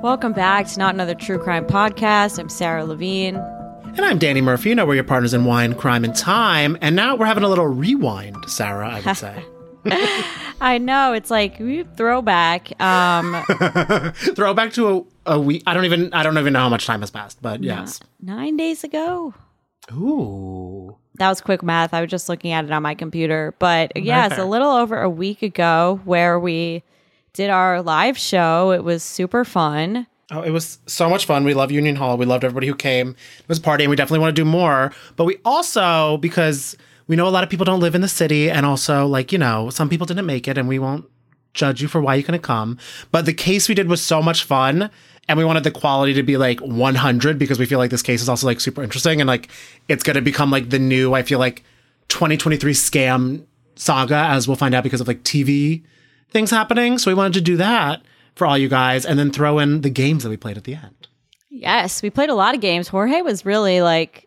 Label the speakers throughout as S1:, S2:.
S1: Welcome back to Not Another True Crime Podcast. I'm Sarah Levine.
S2: And I'm Danny Murphy. You know we're your partners in wine, crime, and time. And now we're having a little rewind, Sarah, I would say.
S1: I know it's like ooh, throwback. Um,
S2: Throwback to a, a week. I don't even I don't even know how much time has passed, but yes.
S1: nine days ago.
S2: Ooh.
S1: That was quick math. I was just looking at it on my computer. But yes,
S2: fair.
S1: a little over a week ago where we did our live show. It was super fun.
S2: Oh, it was so much fun. We love Union Hall. We loved everybody who came. It was a party, and we definitely want to do more. But we also, because we know a lot of people don't live in the city, and also, like, you know, some people didn't make it, and we won't judge you for why you couldn't come. But the case we did was so much fun, and we wanted the quality to be like 100 because we feel like this case is also like super interesting, and like it's going to become like the new, I feel like, 2023 scam saga, as we'll find out because of like TV things happening. So we wanted to do that for all you guys and then throw in the games that we played at the end.
S1: Yes, we played a lot of games. Jorge was really like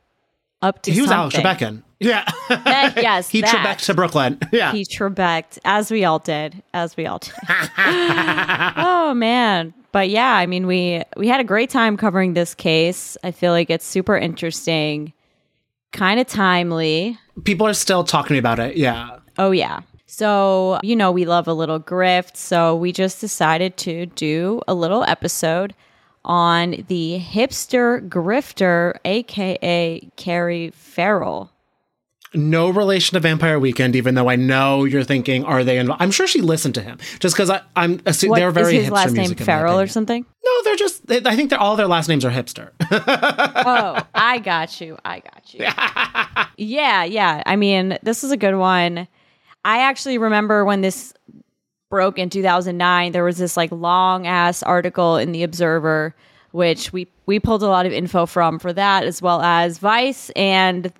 S1: up to
S2: He was
S1: something.
S2: Alex Trebekkin. Yeah.
S1: That- yes,
S2: he
S1: that.
S2: Trebek to Brooklyn. Yeah.
S1: He Trebeked, as we all did, as we all did. oh man, but yeah, I mean, we we had a great time covering this case. I feel like it's super interesting, kind of timely.
S2: People are still talking to me about it. Yeah.
S1: Oh yeah. So you know we love a little grift, so we just decided to do a little episode on the hipster grifter, aka Carrie Farrell.
S2: No relation to Vampire Weekend, even though I know you're thinking, are they involved? I'm sure she listened to him just because I'm assu-
S1: What
S2: they're very
S1: is his
S2: hipster
S1: last name?
S2: music. in my
S1: Farrell or
S2: opinion.
S1: something?
S2: No, they're just, they, I think they're all their last names are hipster.
S1: oh, I got you. I got you. yeah, yeah. I mean, this is a good one. I actually remember when this broke in 2009, there was this like long ass article in the Observer which we we pulled a lot of info from for that as well as Vice and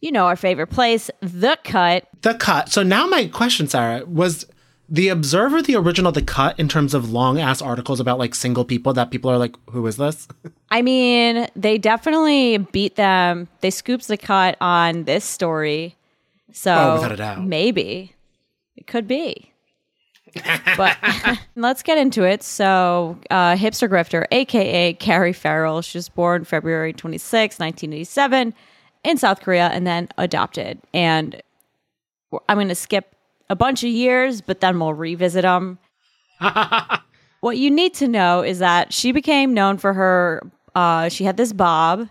S1: you know, our favorite place, The Cut.
S2: the cut. So now my question, Sarah, was the Observer the original The Cut in terms of long ass articles about like single people that people are like, who is this?
S1: I mean, they definitely beat them. They scooped the cut on this story. So
S2: Oh, without a doubt.
S1: maybe it could be. but let's get into it. So, uh, Hipster Grifter, aka Carrie Farrell, she was born February 26, 1987, in South Korea and then adopted. And I'm going to skip a bunch of years, but then we'll revisit them. what you need to know is that she became known for her. Uh, she had this bob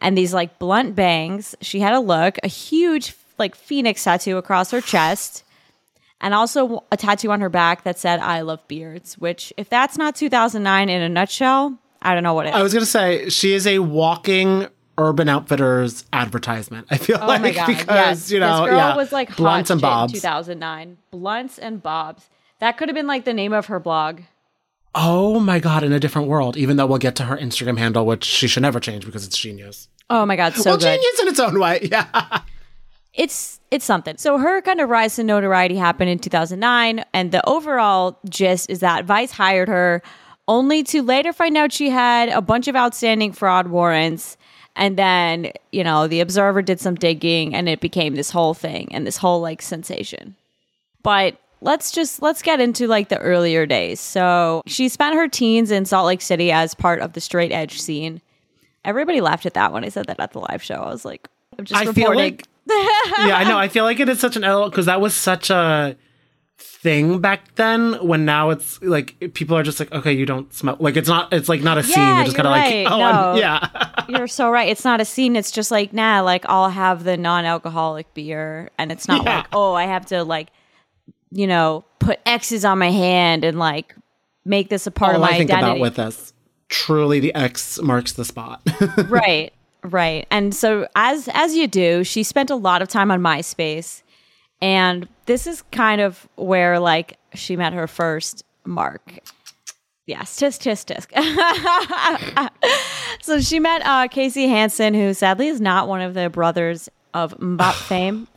S1: and these like blunt bangs. She had a look, a huge like phoenix tattoo across her chest, and also a tattoo on her back that said "I love beards." Which, if that's not 2009 in a nutshell, I don't know what it is.
S2: I was gonna say she is a walking Urban Outfitters advertisement. I feel
S1: Oh
S2: like
S1: my god!
S2: because
S1: yes.
S2: you know,
S1: this girl
S2: yeah,
S1: was like
S2: blunts
S1: hot
S2: and
S1: shit in
S2: bobs.
S1: 2009. Blunts and Bobs. That could have been like the name of her blog.
S2: Oh my god, in a different world. Even though we'll get to her Instagram handle, which she should never change because it's genius.
S1: Oh my god, so
S2: well,
S1: good.
S2: genius in its own way. Yeah,
S1: It's it's something. So her kind of rise to notoriety happened in 2009, and the overall gist is that Vice hired her, only to later find out she had a bunch of outstanding fraud warrants. And then you know the Observer did some digging, and it became this whole thing and this whole like sensation. but let's just let's get into like the earlier days so she spent her teens in salt lake city as part of the straight edge scene everybody laughed at that when i said that at the live show i was like i'm just
S2: I feel
S1: reporting
S2: like yeah, I know. I feel like it is such an element because that was such a thing back then when now it's like people are just like okay you don't smell like it's not it's like not a scene
S1: Yeah,
S2: you're just
S1: you're
S2: kind of
S1: right.
S2: like oh
S1: No.
S2: I'm- yeah
S1: You're so right. It's not a scene. It's just like, nah, like I'll have the non alcoholic beer. And it's not
S2: Yeah.
S1: like, oh, I have to like, you know, put X's on my hand and like make this a part of
S2: all
S1: my
S2: I think
S1: identity.
S2: about with this truly the X marks the spot
S1: right right and so as as you do she spent a lot of time on myspace and this is kind of where like she met her first mark yes tisk tisk tisk so she met uh, casey Hansen, who sadly is not one of the brothers of mbop fame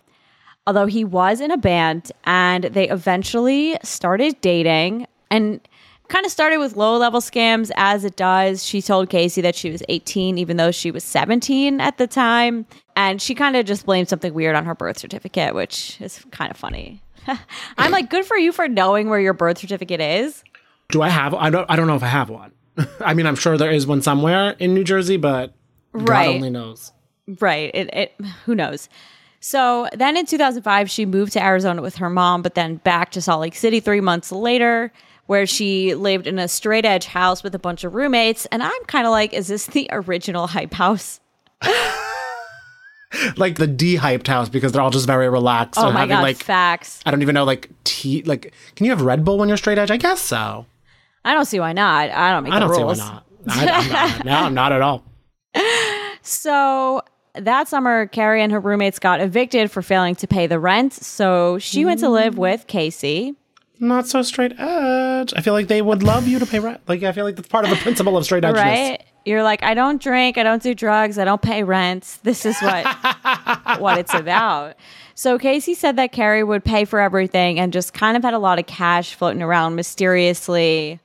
S1: although he was in a band and they eventually started dating and kind of started with low level scams as it does she told casey that she was 18 even though she was 17 at the time and she kind of just blamed something weird on her birth certificate which is kind of funny i'm like good for you for knowing where your birth certificate is
S2: do I have I don't I don't know if I have one I mean I'm sure there is one somewhere in New Jersey but
S1: Right.
S2: God only knows
S1: Right. It, it who knows. So then in 2005 she moved to Arizona with her mom but then back to Salt Lake City 3 months later where she lived in a straight edge house with a bunch of roommates and I'm kind of like is this the original hype house?
S2: like the de-hyped house because they're all just very relaxed
S1: Oh
S2: and
S1: my
S2: having
S1: god,
S2: like
S1: facts.
S2: I don't even know like tea like can you have Red Bull when you're straight edge I guess so
S1: I don't see why not. I don't make
S2: I
S1: the
S2: don't see why
S1: rules.
S2: not I, I'm not no I'm not at all
S1: So that summer, Carrie and her roommates got evicted for failing to pay the rent. So she went to
S2: Mm.
S1: live with Casey.
S2: not so straight edge. I feel like they would love you to pay rent. Like I feel like that's part of the principle of straight edge.
S1: right you're like i don't drink i don't do drugs i don't pay rent this is what what it's about so casey said that carrie would pay for everything and just kind of had a lot of cash floating around mysteriously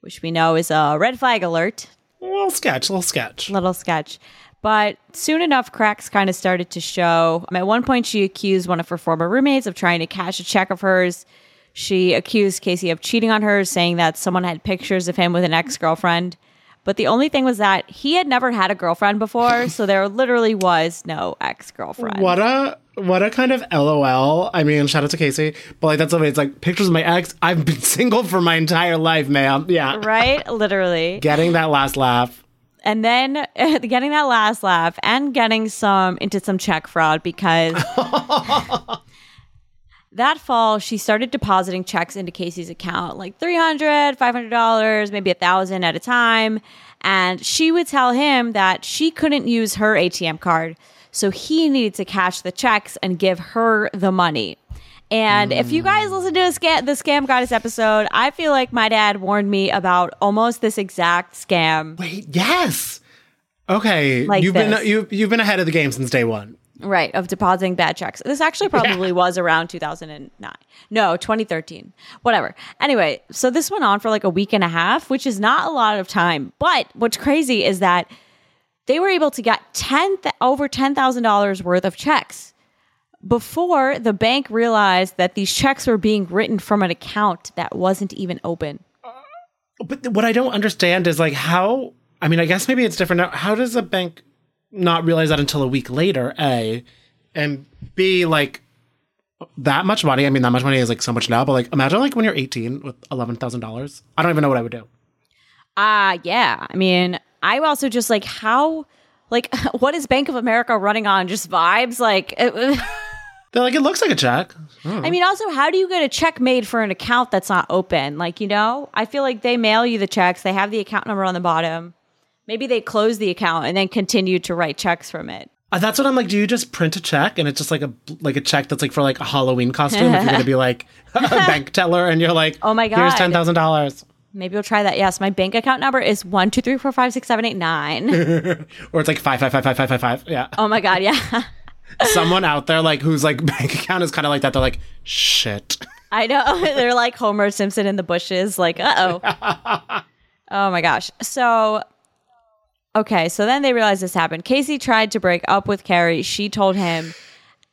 S1: which we know is a red flag alert
S2: Little sketch, little sketch.
S1: little sketch but soon enough cracks kind of started to show at one point she accused one of her former roommates of trying to cash a check of hers she accused casey of cheating on her saying that someone had pictures of him with an ex-girlfriend but the only thing was that he had never had a girlfriend before so there literally was no ex-girlfriend
S2: What a what a kind of LOL. I mean, shout out to Casey, but like that's the way it's like pictures of my ex. I've been single for my entire life, ma'am. Yeah,
S1: right literally
S2: getting that last laugh.
S1: and then getting that last laugh and getting some into some check fraud because that fall she started depositing checks into casey's account like 300 $500 maybe a thousand at a time and she would tell him that she couldn't use her atm card so he needed to cash the checks and give her the money and if you guys listen to a sca- the scam goddess episode i feel like my dad warned me about almost this exact scam
S2: Wait, yes. Okay,
S1: Like
S2: you've
S1: this.
S2: been you you've been ahead of the game since day one.
S1: Right, of depositing bad checks. This actually probably was around 2009. No, 2013. Whatever. Anyway, so this went on for like a week and a half, which is not a lot of time. But what's crazy is that they were able to get 10 th- over $10,000 worth of checks before the bank realized that these checks were being written from an account that wasn't even open.
S2: But what I don't understand is like how. I mean, I guess maybe it's different now. How does a bank not realize that until a week later? A and B, like that much money. I mean, that much money is like so much now. But like, imagine like when you're 18 with eleven thousand dollars. I don't even know what I would do.
S1: Ah, yeah. I mean, I also just like how like what is Bank of America running on? Just vibes like
S2: They're like, it looks like a check.
S1: I mean, also, how do you get a check made for an account that's not open? Like, you know, I feel like they mail you the checks, they have the account number on the bottom. Maybe they close the account and then continue to write checks from it.
S2: Uh, That's what I'm like. Do you just print a check and it's just like a like a check that's like for like a Halloween costume? if you're gonna be like a bank teller and you're like,
S1: Oh my
S2: here's
S1: God.
S2: ten thousand dollars,
S1: Maybe we'll try that. Yes, my bank account number is one two three four five six seven eight nine.
S2: or it's like five five five five five five five. Yeah.
S1: Oh my god, yeah,
S2: someone out there like whose like bank account is kind of like that. They're like, shit.
S1: I know. They're like Homer Simpson in the bushes. Like, uh oh. Oh my gosh. So, okay. So then they realized this happened. Casey tried to break up with Carrie. She told him,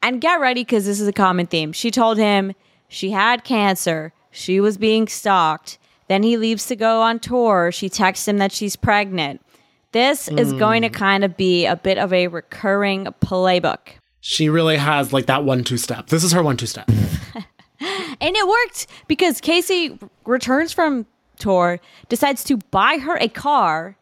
S1: and get ready because this is a common theme. She told him she had cancer, she was being stalked. Then he leaves to go on tour. She texts him that she's pregnant. This is going to kind of be a bit of a recurring playbook.
S2: She really has like that one two step. This is her one two step.
S1: And it worked because Casey returns from tour, decides to buy her a car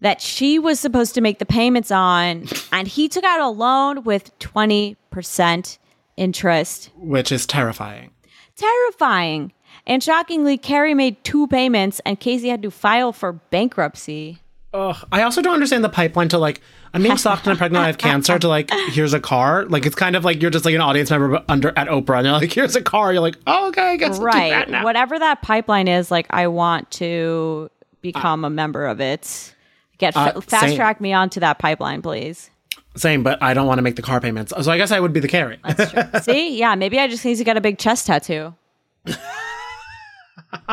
S1: that she was supposed to make the payments on, and he took out a loan with 20% interest.
S2: which is terrifying.
S1: Terrifying. And shockingly, Carrie made two payments, and Casey had to file for bankruptcy.
S2: Ugh. I also don't understand the pipeline to like I'm being soft and I'm pregnant. I have cancer. To like here's a car. Like it's kind of like you're just like an audience member under at Oprah and you're like here's a car. You're like oh, okay, I guess right.
S1: right
S2: now.
S1: whatever that pipeline is like i want to become a member of it get fa-
S2: Uh,
S1: fast
S2: same.
S1: track me onto that pipeline please
S2: Same, but I don't want to make the car payments. So I guess I would be the carry.
S1: see yeah maybe i just need to get a big chest tattoo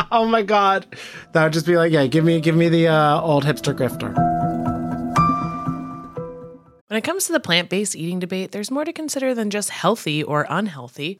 S2: oh my god, that would just be like yeah, give me give me the uh, old hipster grifter.
S3: When it comes to the plant based eating debate, there's more to consider than just healthy or unhealthy.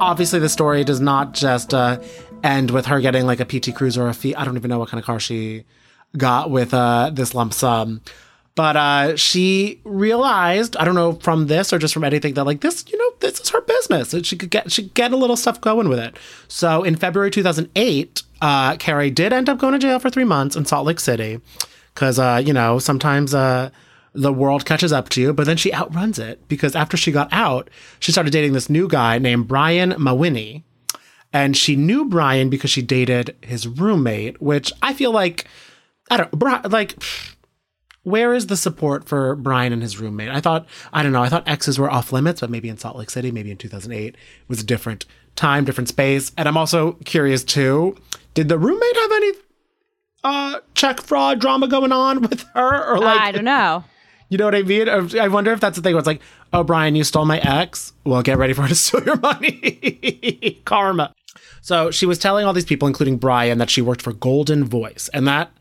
S2: Obviously, the story does not just uh, end with her getting like a PT Cruiser or a Fiat. I don't even know what kind of car she got with uh, this lump sum. But uh, she realized, I don't know from this or just from anything, that like this, you know, this is her business. And she could get she could get a little stuff going with it. So in February 2008, uh, Carrie did end up going to jail for three months in Salt Lake City because uh, you know sometimes uh, the world catches up to you, but then she outruns it because after she got out, she started dating this new guy named Brian Mawinney, and she knew Brian because she dated his roommate, which I feel like I don't Bri- like. pfft, Where is the support for Brian and his roommate? I thought I don't know. I thought exes were off limits, but maybe in Salt Lake City, maybe in 2008 it was a different time, different space. And I'm also curious too. Did the roommate have any uh check fraud drama going on with her or like
S1: i don't know
S2: you know what i mean Or- i wonder if that's the thing where it's like oh brian you stole my ex well get ready for her to steal your money karma so she was telling all these people including brian that she worked for golden voice and that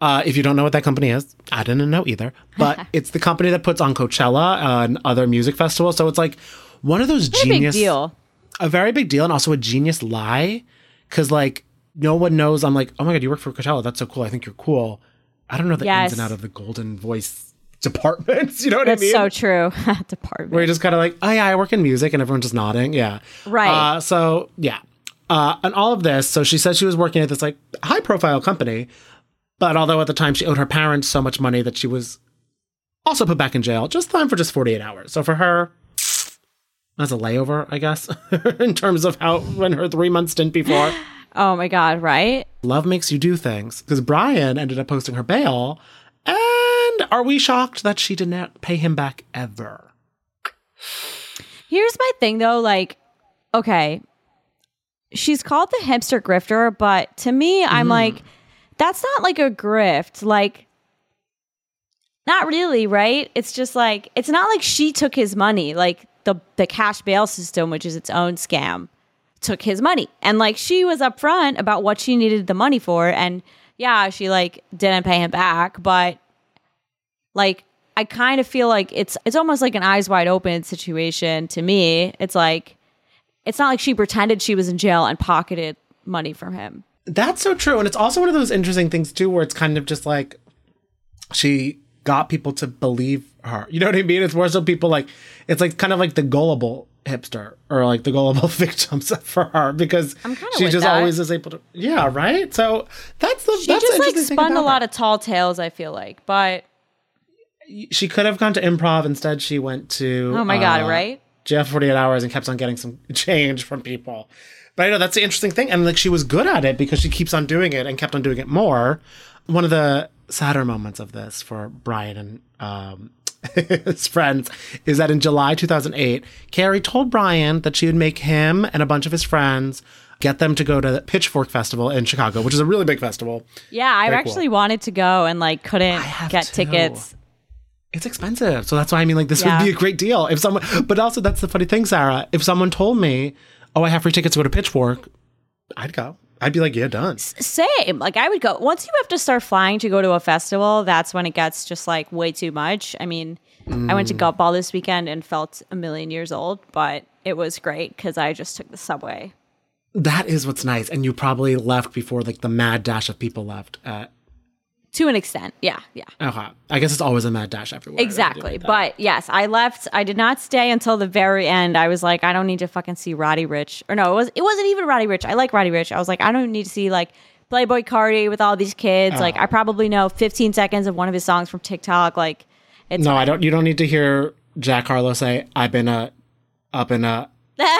S2: uh, if you don't know what that company is, I didn't know either. But it's the company that puts on Coachella uh, and other music festivals. So it's like one of those genius
S1: big deal
S2: a very big deal and also a genius lie because like no one knows i'm like oh my god you work for coachella that's so cool i think you're cool i don't know the
S1: Yes.
S2: ins and out of the golden voice departments you know what
S1: that's
S2: i mean
S1: so true
S2: where
S1: department
S2: you're just kind of like oh yeah i work in music and everyone's just nodding yeah
S1: Right.
S2: uh, so yeah uh, and all of this so she said she was working at this like high profile company but although at the time she owed her parents so much money that she was also put back in jail just time for just 48 hours so for her that's a layover i guess in terms of how when her three months didn't before
S1: oh my god right
S2: love makes you do things because brian ended up posting her bail and are we shocked that she did not pay him back ever
S1: Here's my thing though, like, okay, she's called the hipster grifter, but to me, I'm like, that's not like a grift. Like, not really, right? It's just like it's not like she took his money. Like the the cash bail system, which is its own scam, took his money. And like she was upfront about what she needed the money for. And yeah, she like didn't pay him back, but like I kind of feel like it's it's almost like an eyes wide open situation to me. It's like it's not like she pretended she was in jail and pocketed money from him.
S2: That's so true. And it's also one of those interesting things, too, where it's kind of just like she got people to believe her. You know what I mean? It's more so people like, it's like kind of like the gullible hipster or like the gullible victims for her because
S1: kinda
S2: she
S1: with
S2: just
S1: that.
S2: always is able to, yeah, right? So that's the,
S1: She
S2: that's
S1: just
S2: the
S1: like
S2: interesting thing
S1: spun a
S2: about
S1: lot
S2: her.
S1: of tall tales, I feel like. But
S2: She could have gone to improv. Instead, she went to,
S1: oh my god,
S2: uh,
S1: right?
S2: jail for 48 hours and kept on getting some change from people. But I know that's the interesting thing. And like she was good at it because she keeps on doing it and kept on doing it more. One of the sadder moments of this for Brian and um, his friends is that in July 2008, Carrie told Brian that she would make him and a bunch of his friends get them to go to the Pitchfork Festival in Chicago, which is a really big festival.
S1: Yeah, I
S2: Very cool.
S1: actually wanted to go and like couldn't
S2: have
S1: get
S2: to.
S1: tickets.
S2: It's expensive. So that's why I mean, like, this
S1: Yeah.
S2: would be a great deal if someone, but also that's the funny thing, Sarah. If someone told me, oh, I have free tickets to go to Pitchfork, I'd go. I'd be like, yeah, done.
S1: Same. Like I would go once you have to start flying to go to a festival, that's when it gets just like way too much. I mean, I
S2: Mm.
S1: went to Gumball this weekend and felt a million years old, but it was great because I just took the subway.
S2: That is what's nice. And you probably left before like the mad dash of people left. Uh,
S1: To an extent. Yeah. Yeah.
S2: okay. I guess it's always a mad dash everywhere.
S1: Exactly. But yes, I left. I did not stay until the very end. I was like, I don't need to fucking see Roddy Rich. Or no, it was it wasn't even Roddy Rich. I like Roddy Rich. I was like, I don't need to see like Playboy Cardi with all these kids. Like I probably know 15 seconds of one of his songs from TikTok. Like it's
S2: No, I don't. You don't need to hear Jack Harlow say, I've been a, up in a,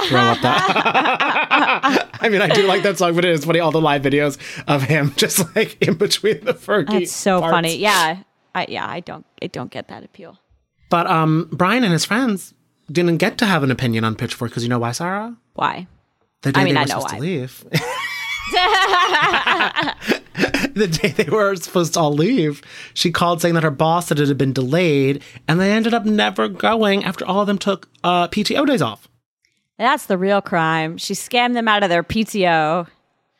S2: throw up that. I mean, I do like that song, but it is funny. All the live videos of him just like in between the Fergie.
S1: that's so
S2: parts.
S1: funny. Yeah. I yeah, I don't I don't get that appeal.
S2: But um, Brian and his friends didn't get to have an opinion on Pitchfork because you know why, Sarah?
S1: Why?
S2: The day
S1: mean,
S2: they
S1: I
S2: were
S1: know
S2: supposed to
S1: why.
S2: leave. the day they were supposed to all leave, she called saying that her boss said it had been delayed, and they ended up never going after all of them took uh, PTO days off.
S1: That's the real crime. She scammed them out of their PTO.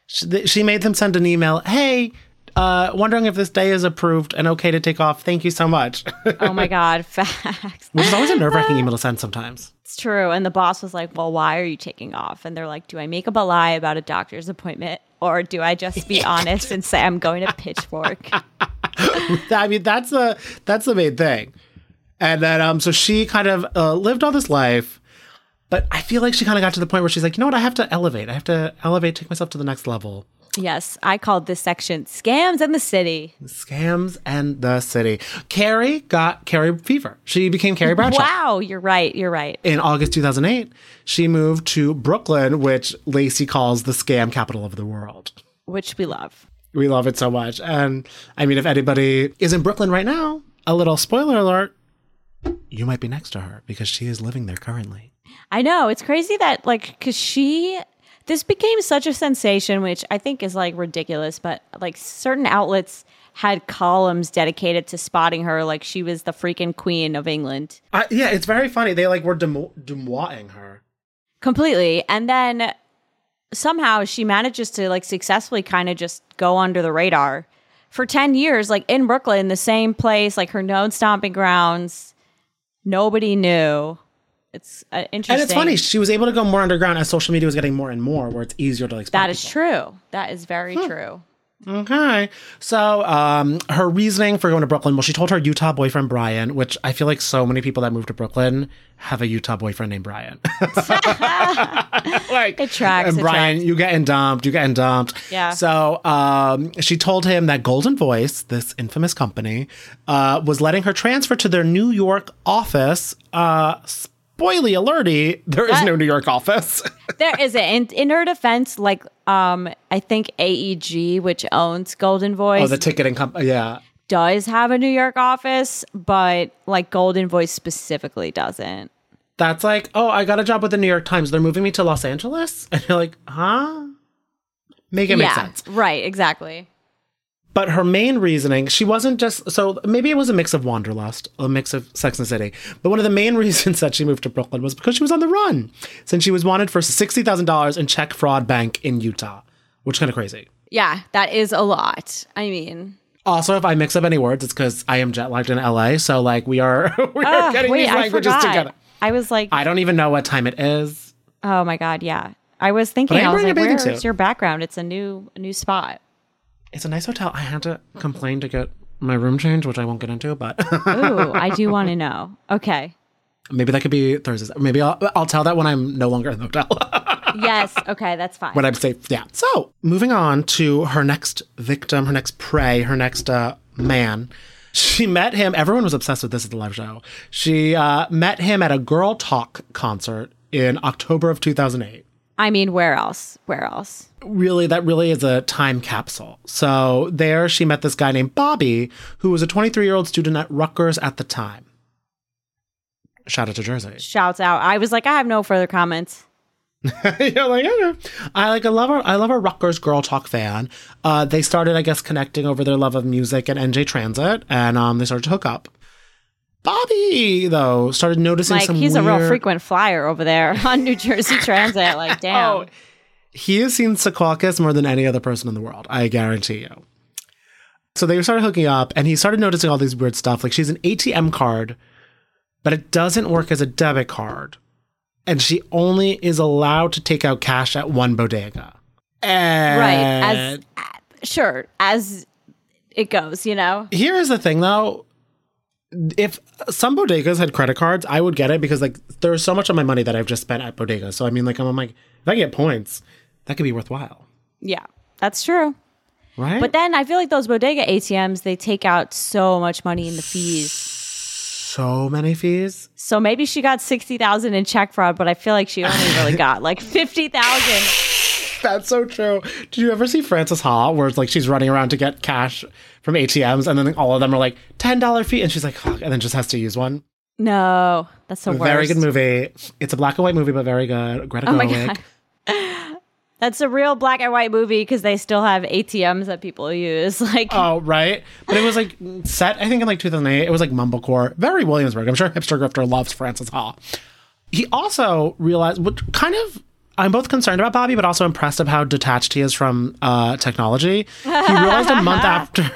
S2: She, th- she made them send an email, hey, uh, wondering if this day is approved and okay to take off. Thank you so much.
S1: Oh my god, facts.
S2: Which is always a nerve wracking email to send sometimes.
S1: It's true. And the boss was like, Well, why are you taking off? And they're like, Do I make up a lie about a doctor's appointment? Or do I just be honest and say I'm going to pitchfork?
S2: I mean, that's the that's the main thing. And then, um, so she kind of uh, lived all this life, but I feel like she kind of got to the point where she's like, you know what? I have to elevate. I have to elevate, take myself to the next level.
S1: yes, I called this section Scams in the City.
S2: Scams and the city. Carrie got Carrie fever. She became Carrie Bradshaw.
S1: Wow, you're right. You're right.
S2: In August 2008, she moved to Brooklyn, which Lacey calls the scam capital of the world.
S1: Which we love.
S2: We love it so much. And I mean, if anybody is in Brooklyn right now, a little spoiler alert, you might be next to her because she is living there currently.
S1: I know. It's crazy that, like, because she, this became such a sensation, which I think is, like, ridiculous, but, like, certain outlets had columns dedicated to spotting her. Like, she was the freaking queen of England.
S2: Uh, yeah, it's very funny. They like were demo- demoing her.
S1: completely and then somehow she manages to like successfully kind of just go under the radar for 10 years like in brooklyn the same place like her known stomping grounds nobody knew it's uh, interesting
S2: And it's funny. She was able to go more underground as social media was getting more and more, where it's easier to like. spot
S1: that is true that is very true
S2: Okay. So um, her reasoning for going to Brooklyn, well, she told her Utah boyfriend Brian, which I feel like so many people that move to Brooklyn have a Utah boyfriend named Brian. like
S1: It tracks,
S2: And
S1: it
S2: Brian, you getting dumped, you getting dumped.
S1: Yeah.
S2: So um, she told him that Golden Voice, this infamous company, uh, was letting her transfer to their New York office. Uh, spoily alerty, there is no New York office.
S1: there is it in, in her defense like um i think aeg which owns golden voice
S2: oh, the ticketing company. Yeah.
S1: does have a new york office but like golden voice specifically doesn't
S2: that's like, oh, I got a job with the New York Times. They're moving me to Los Angeles. And you're like, huh? Make it make sense.
S1: right exactly
S2: But her main reasoning, she wasn't just so maybe it was a mix of wanderlust, a mix of Sex and the City. But one of the main reasons that she moved to Brooklyn was because she was on the run, since she was wanted for sixty thousand dollars in check fraud bank in Utah, which is kind of crazy.
S1: Yeah, that is a lot. I mean,
S2: Also, if I mix up any words, it's because I am jet lagged in LA, so like we are we are
S1: Ugh,
S2: getting
S1: Ah, wait,
S2: these
S1: I
S2: languages
S1: forgot.
S2: together.
S1: I was like,
S2: I don't even know what time it is.
S1: oh my god, yeah. I was thinking,
S2: I am
S1: I was
S2: wearing
S1: like,
S2: a bathing
S1: where's
S2: suit.
S1: your background? It's a new, a new spot.
S2: It's a nice hotel. I had to complain to get my room changed, which I won't get into, but
S1: Ooh, I do want to know. Okay.
S2: maybe that could be Thursdays. Maybe I'll, I'll tell that when I'm no longer in the hotel,
S1: Yes. Okay, that's fine.
S2: when I'm safe. Yeah. So moving on to her next victim, her next prey, her next uh, man. She met him. Everyone was obsessed with this at the live show. She uh, met him at a Girl Talk concert in October of 2008.
S1: I mean, where else? Where else?
S2: really that really is a time capsule. So there she met this guy named Bobby, who was a 23-year-old student at Rutgers at the time. Shout out to Jersey.
S1: Shouts out. I was like, I have no further comments.
S2: You're like, "Yeah." I like I love our I love our Rutgers girl talk fan. Uh, they started, I guess, connecting over their love of music and NJ Transit, and um, they started to hook up. Bobby though started noticing
S1: Like,
S2: some
S1: he's a real
S2: weird-
S1: frequent flyer over there on New Jersey Transit. Like, damn.
S2: Oh, he has seen Secaucus more than any other person in the world. I guarantee you. So they started hooking up, and he started noticing all these weird stuff. Like she's an ATM card, but it doesn't work as a debit card, and she only is allowed to take out cash at one bodega. And
S1: right. As sure as it goes, you know.
S2: Here is the thing though. If some bodegas had credit cards, I would get it because like there's so much of my money that I've just spent at bodegas. So I mean like I'm, I'm like if I get points, that could be worthwhile.
S1: Yeah, that's true.
S2: Right?
S1: But then I feel like those bodega ATMs they take out so much money in the fees.
S2: so many fees.
S1: So maybe she got sixty thousand in check fraud, but I feel like she only really got like fifty thousand.
S2: That's so true. Did you ever see Frances Ha where it's like she's running around to get cash from ATMs and then all of them are like $10 fee and she's like, "Ugh," and then just has to use one.
S1: No, that's the worst.
S2: Very good movie. It's a black and white movie, but very good. Greta
S1: Oh my
S2: Gerwig.
S1: God. That's a real black and white movie because they still have ATMs that people use. Like,
S2: Oh, right. But it was like set, I think in like 2008. It was like Mumblecore. Very Williamsburg. I'm sure Hipster Grifter loves Francis Ha. He also realized, what kind of, I'm both concerned about Bobby, but also impressed of how detached he is from uh, technology. He realized a month after,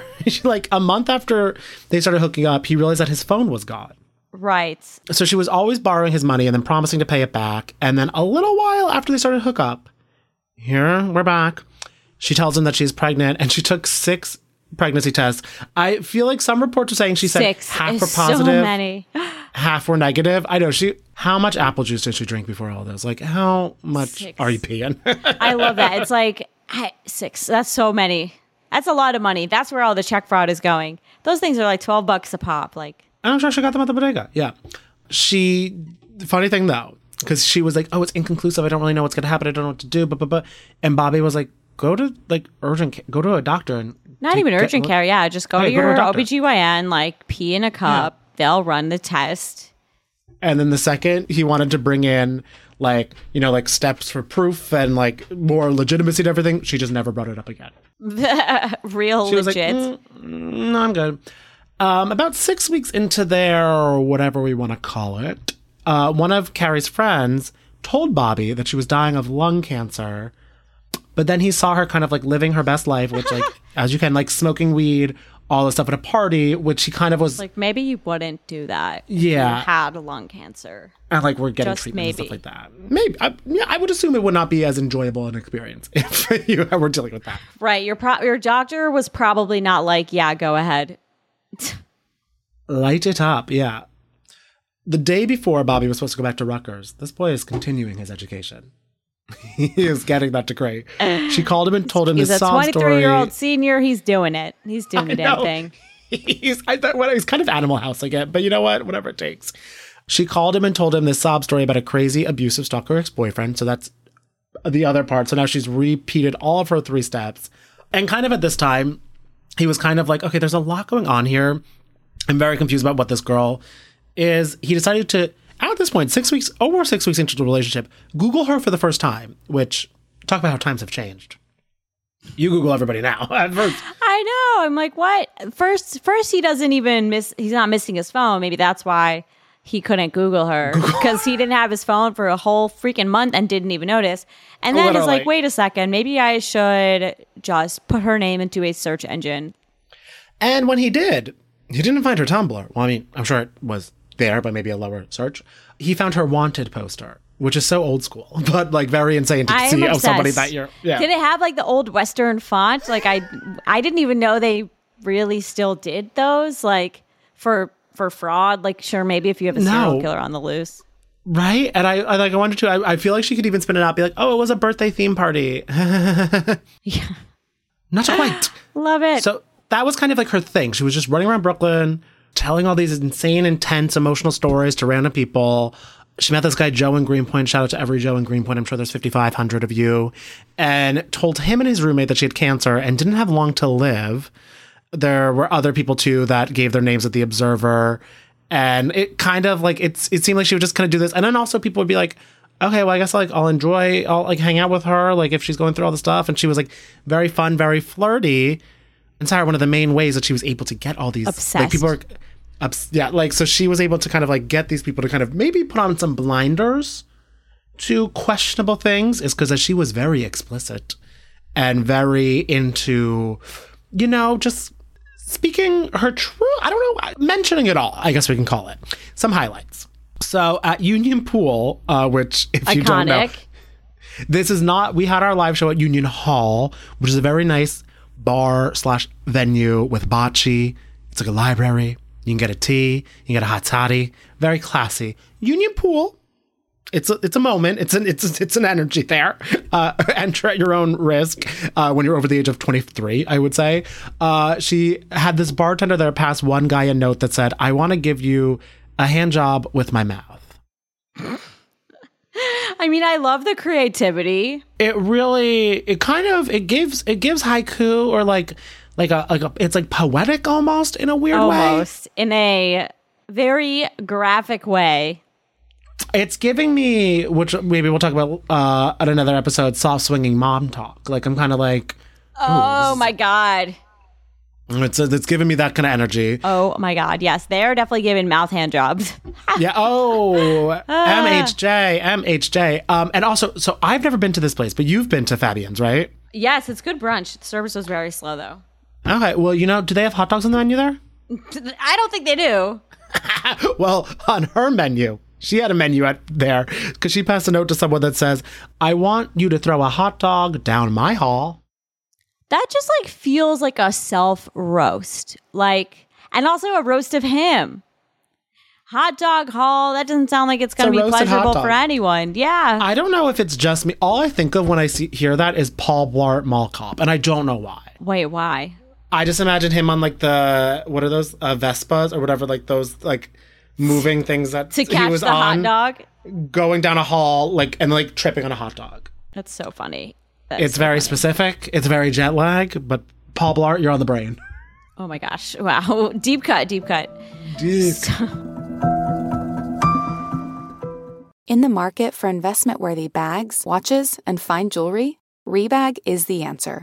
S2: like a month after they started hooking up, he realized that his phone was gone.
S1: right.
S2: So she was always borrowing his money and then promising to pay it back. And then a little while after they started hookup, here we're back. She tells him that she's pregnant and she took six pregnancy tests. I feel like some reports are saying she said
S1: Six.
S2: half
S1: is
S2: were positive,
S1: So many.
S2: half were negative. I know she. How much apple juice did she drink before all those? Like how much
S1: Six.
S2: are you peeing?
S1: I love that. It's like I, six. That's so many. That's a lot of money. That's where all the check fraud is going. Those things are like twelve bucks a pop. Like,
S2: I'm sure she got them at the bodega. Yeah. She, the funny thing though, because she was like, oh, it's inconclusive. I don't really know what's going to happen. I don't know what to do. But, but, but. And Bobby was like, go to like urgent, ca- go to a doctor and.
S1: not
S2: take-
S1: even
S2: get-
S1: urgent care. Yeah, just go
S2: Hey,
S1: to
S2: go to a
S1: your
S2: doctor.
S1: OBGYN. Like, pee in a cup. They'll run the test.
S2: And then the second he wanted to bring in like, you know, like steps for proof and like more legitimacy to everything, she just never brought it up again.
S1: Real
S2: She was like,
S1: legit.
S2: "Mm, mm, no, I'm good. Um, about six weeks into their or whatever we want to call it, uh, one of Carrie's friends told Bobby that she was dying of lung cancer. But then he saw her kind of like living her best life, which like as you can, like smoking weed, all this stuff at a party, which he kind of was like,
S1: like, maybe you wouldn't do that. if
S2: Yeah.
S1: you had lung cancer.
S2: and uh, like we're getting
S1: just
S2: treatment and
S1: maybe.
S2: stuff like that. Maybe I, yeah, I would assume it would not be as enjoyable an experience if you were dealing with that.
S1: Right. Your pro- your doctor was probably not like, yeah, go ahead.
S2: Light it up, yeah. The day before Bobby was supposed to go back to Rutgers, this boy is continuing his education. he is getting that degree. She called him and told him
S1: He's
S2: this
S1: a
S2: sob
S1: 23
S2: story.
S1: year old senior. He's doing it. He's doing the damn
S2: know.
S1: thing.
S2: he's, I thought, well, he's kind of animal house again, but you know what? Whatever it takes. She called him and told him this sob story about a crazy, abusive stalker ex boyfriend. So that's the other part. So now she's repeated all of her three steps. And kind of at this time, he was kind of like, okay, there's a lot going on here. I'm very confused about what this girl is. He decided to, at this point, six weeks, over six weeks into the relationship, Google her for the first time, which talk about how times have changed. You Google everybody now. At first,
S1: I know. I'm like, what? First, first he doesn't even miss. He's not missing his phone. Maybe that's why he couldn't Google her because he didn't have his phone for a whole freaking month and didn't even notice.
S2: Oh,
S1: And then he's like,
S2: Literally.
S1: wait a second. Maybe I should just put her name into a search engine.
S2: And when he did, he didn't find her Tumblr. Well, I mean, I'm sure it was there, but maybe a lower search. He found her wanted poster, which is so old school, but like very insane to
S1: I am
S2: see of
S1: obsessed.
S2: somebody that year. Yeah.
S1: Did it have like the old Western font? Like I, I didn't even know they really still did those. Like for for fraud. Like sure, maybe if you have a serial
S2: No.
S1: killer on the loose.
S2: Right? And I, I like I wanted to I, I feel like she could even spin it out, and be like, oh, it was a birthday theme party.
S1: Yeah,
S2: Not quite.
S1: love it.
S2: So that was kind of like her thing. She was just running around Brooklyn, telling all these insane, intense, emotional stories to random people. she met this guy Joe in Greenpoint. Shout out to every Joe in Greenpoint. I'm sure there's 5,500 of you. And told him and his roommate that she had cancer and didn't have long to live. There were other people too that gave their names at the Observer, and it kind of like it's it seemed like she would just kind of do this. And then also people would be like, okay, well I guess like I'll enjoy, I'll like hang out with her like if she's going through all the stuff. And she was like very fun, very flirty. And Sarah, one of the main ways that she was able to get all these like
S1: Obsessed.
S2: people are Ups, yeah, like so she was able to kind of like get these people to kind of maybe put on some blinders to questionable things is because she was very explicit and very into, you know, just speaking her true, I don't know, mentioning it all, I guess we can call it. Some highlights. So at Union Pool, uh, which if you don't know,
S1: Iconic.
S2: this is not we had our live show at union hall which is a very nice bar slash venue with bocce it's like a library you can get a tea you can get a hot toddy very classy union pool it's a, it's a moment. It's an it's it's an energy there. Uh, enter at your own risk uh, when you're over the age of 23. I would say. Uh, she had this bartender there pass one guy a note that said, "I want to give you a hand job with my mouth."
S1: I mean, I love the creativity.
S2: it really it kind of it gives it gives haiku or like like a like a it's like poetic almost in a weird
S1: almost in a very graphic way.
S2: way. It's giving me which maybe we'll talk about uh at another episode soft swinging mom talk. Like I'm kind of like
S1: Oh my god.
S2: it's it's giving me that kind of energy.
S1: Oh my god. Yes, they are definitely giving mouth hand jobs.
S2: yeah. Oh, MHJ, MHJ. Um, and also, so I've never been to this place, but you've been to Fabian's, right?
S1: yes, it's good brunch. The service was very slow though.
S2: Okay. Well, you know, do they have hot dogs on the menu there?
S1: I don't think they do.
S2: well, on her menu, she had a menu at there because she passed a note to someone that says, "I want you to throw a hot dog down my hall."
S1: That just like feels like a self roast. Like and also a roast of him. Hot dog hall. That doesn't sound like it's going
S2: a
S1: to be
S2: roasted hot
S1: pleasurable
S2: dog.
S1: for anyone. Yeah.
S2: I don't know if it's just me. All I think of when I see hear that is Paul Blart Mall Cop, and I don't know why.
S1: Wait, why?
S2: I just imagine him on like the what are those uh, Vespas or whatever, like those like moving things that
S1: To catch
S2: he was
S1: the
S2: on,
S1: hot dog.
S2: going down a hall, like and like tripping on a hot dog.
S1: That's so funny. That's
S2: It's very specific. It's very jet lag, but Paul Blart, you're on the brain.
S1: Oh my gosh. Wow. Deep cut, deep cut.
S4: In the market for investment worthy bags, watches, and fine jewelry, Rebag is the answer.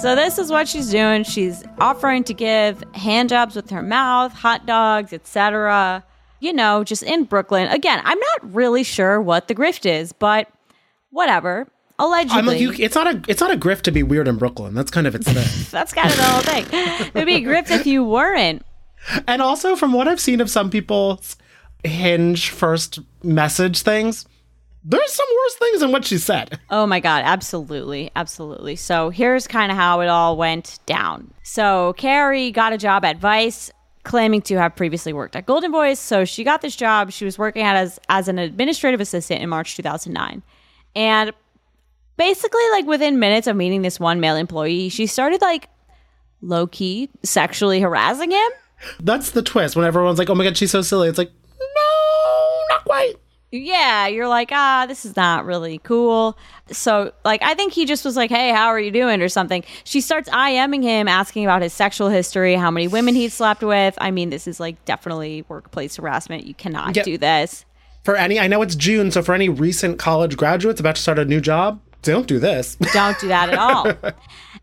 S1: So this is what she's doing. She's offering to give hand jobs with her mouth, hot dogs, etc. You know, just in Brooklyn. Again, I'm not really sure what the grift is, but whatever. Allegedly,
S2: I'm like, you, it's not a it's not a grift to be weird in Brooklyn. That's kind of its thing.
S1: that's kind of the whole thing. It'd be a grift if you weren't.
S2: and also, from what I've seen of some people's Hinge first message things, there's some worse things than what she said.
S1: Oh my God, absolutely. Absolutely. So here's kind of how it all went down. So Carrie got a job at Vice, claiming to have previously worked at Golden Voice. So she got this job. She was working at as, as an administrative assistant in March 2009. And basically, like within minutes of meeting this one male employee, she started like low key sexually harassing him.
S2: That's the twist. When everyone's like, "Oh my god, she's so silly," it's like, no, not quite.
S1: yeah, you're like, ah, this is not really cool. So, like, I think he just was like, hey, how are you doing? or something. She starts IMing him, asking about his sexual history, how many women he'd slept with. I mean, this is like definitely workplace harassment. You cannot
S2: Yeah.
S1: do this.
S2: for any, I know it's June, so for any recent college graduates about to start a new job, don't do this.
S1: Don't do that at all.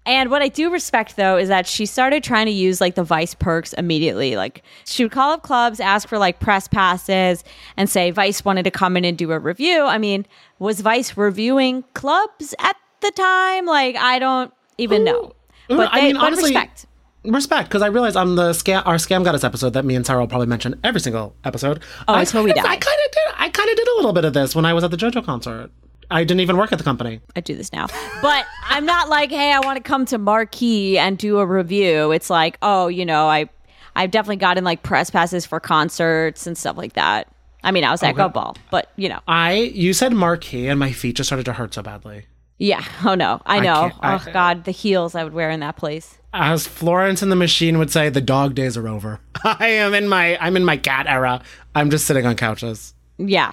S1: and what I do respect though is that she started trying to use like the vice perks immediately. Like she would call up clubs, ask for like press passes, and say Vice wanted to come in and do a review. I mean, was Vice reviewing clubs at the time? Like I don't even know. But
S2: I
S1: they,
S2: mean,
S1: but
S2: honestly-
S1: respect.
S2: Respect, because I realize on the scam, our scam goddess episode that me and Sarah will probably mention every single episode. Oh, I
S1: it's where we
S2: kind of,
S1: die.
S2: I kind of did. I kind of did a little bit of this when I was at the JoJo concert. I didn't even work at the company.
S1: I do this now. But I'm not like, hey, I want to come to Marquee and do a review. It's like, oh, you know, I I've definitely gotten like press passes for concerts and stuff like that. I mean, I
S2: Oh,
S1: was at Go Ball, but you know,
S2: I you said marquee, and my feet just started to hurt so badly.
S1: yeah. Oh no, I know.
S2: can't- I-
S1: oh God, the heels I would wear in that place.
S2: As Florence and the Machine would say, the dog days are over. I am in my I'm in my cat era. I'm just sitting on couches.
S1: Yeah.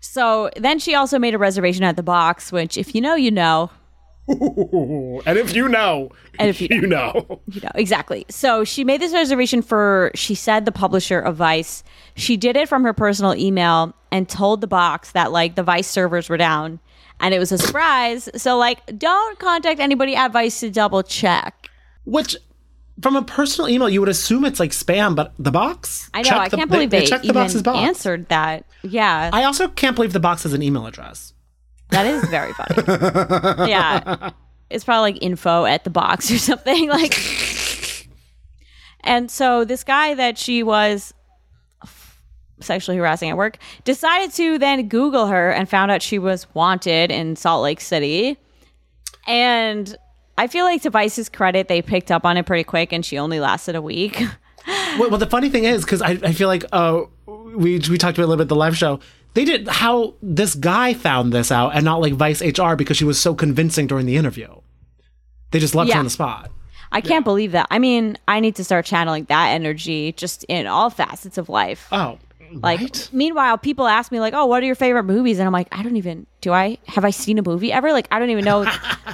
S1: So then she also made a reservation at the box, which, if you know, you know.
S2: And if you know,
S1: And if you
S2: you know.
S1: you know exactly so she made this reservation for she said the publisher of vice she did it from her personal email and told the box that like the vice servers were down and it was a surprise so like don't contact anybody at vice to double check
S2: Which, from a personal email, you would assume it's like spam, but the box.
S1: i know
S2: Check
S1: i
S2: the-
S1: can't believe they,
S2: checked
S1: even
S2: box's box.
S1: answered that yeah
S2: I also can't believe the box has an email address.
S1: that is very funny yeah it's probably like info at the box or something like and so this guy that she was sexually harassing at work, decided to then Google her and found out she was wanted in Salt Lake City. And I feel like to Vice's credit, they picked up on it pretty quick and she only lasted a week.
S2: Well, well the funny thing is, because I, I feel like uh, we we talked about it a little bit at the live show. They did how this guy found this out, and not like Vice HR because she was so convincing during the interview. They just left her
S1: Yeah.
S2: on the spot.
S1: I can't believe that. I mean, I need to start channeling that energy just in all facets of life.
S2: Oh,
S1: Like,
S2: right?
S1: meanwhile, people ask me, like, oh, what are your favorite movies? And I'm like, I don't even, do I, have I seen a movie ever? Like, I don't even know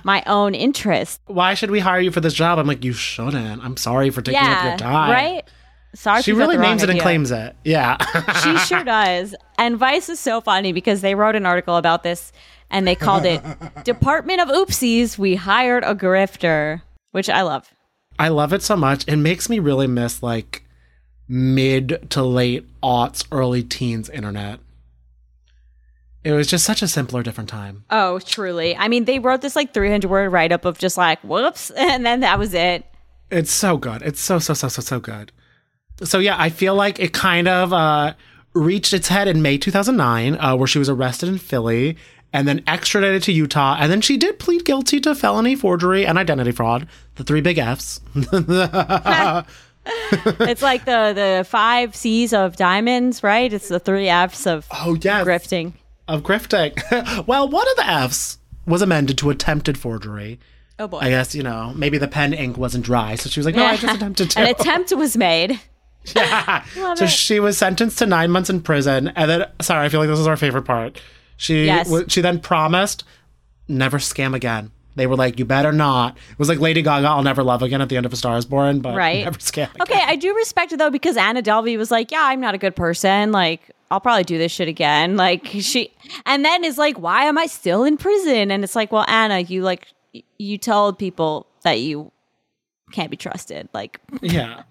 S1: my own interest.
S2: Why should we hire you for this job? I'm like, you shouldn't. I'm sorry for taking up your
S1: Yeah.
S2: time.
S1: Right? Sorry. if
S2: She
S1: you got
S2: really
S1: the wrong
S2: names it and
S1: idea.
S2: claims it. Yeah.
S1: she sure does. And Vice is so funny because they wrote an article about this and they called it Department of Oopsies, we hired a grifter, which I love.
S2: I love it so much. It makes me really miss like mid to late aughts, early teens internet. It was just such a simpler, different time.
S1: Oh, truly. I mean, they wrote this like 300 word write up of just like, whoops. And then that was it.
S2: It's so good. It's so, so, so, so, so good. So, yeah, I feel like it kind of uh, reached its head in May 2009, uh, where she was arrested in Philly and then extradited to Utah. And then she did plead guilty to felony forgery and identity fraud, the three big F's.
S1: It's like the, the five C's of diamonds, right? It's the three F's of
S2: Oh, yes.
S1: grifting.
S2: of grifting. well, one of the F's was amended to attempted forgery.
S1: Oh, boy.
S2: I guess, you know, maybe the pen ink wasn't dry. So she was like, no, I just attempted to.
S1: An attempt was made.
S2: so she was sentenced to nine months in prison. And then, sorry, I feel like this is our favorite part. She,
S1: Yes.
S2: wa- she then promised never scam again. They were like, you better not. It was like Lady Gaga, I'll never love again at the end of A Star is Born, but
S1: Right.
S2: never scam again.
S1: Okay, I do respect it though because Anna Delvey was like, "Yeah, I'm not a good person. Like, I'll probably do this shit again." Like she, and then is like, "Why am I still in prison?" And it's like, "Well, Anna, you like y- you told people that you can't be trusted. Like,
S2: Yeah.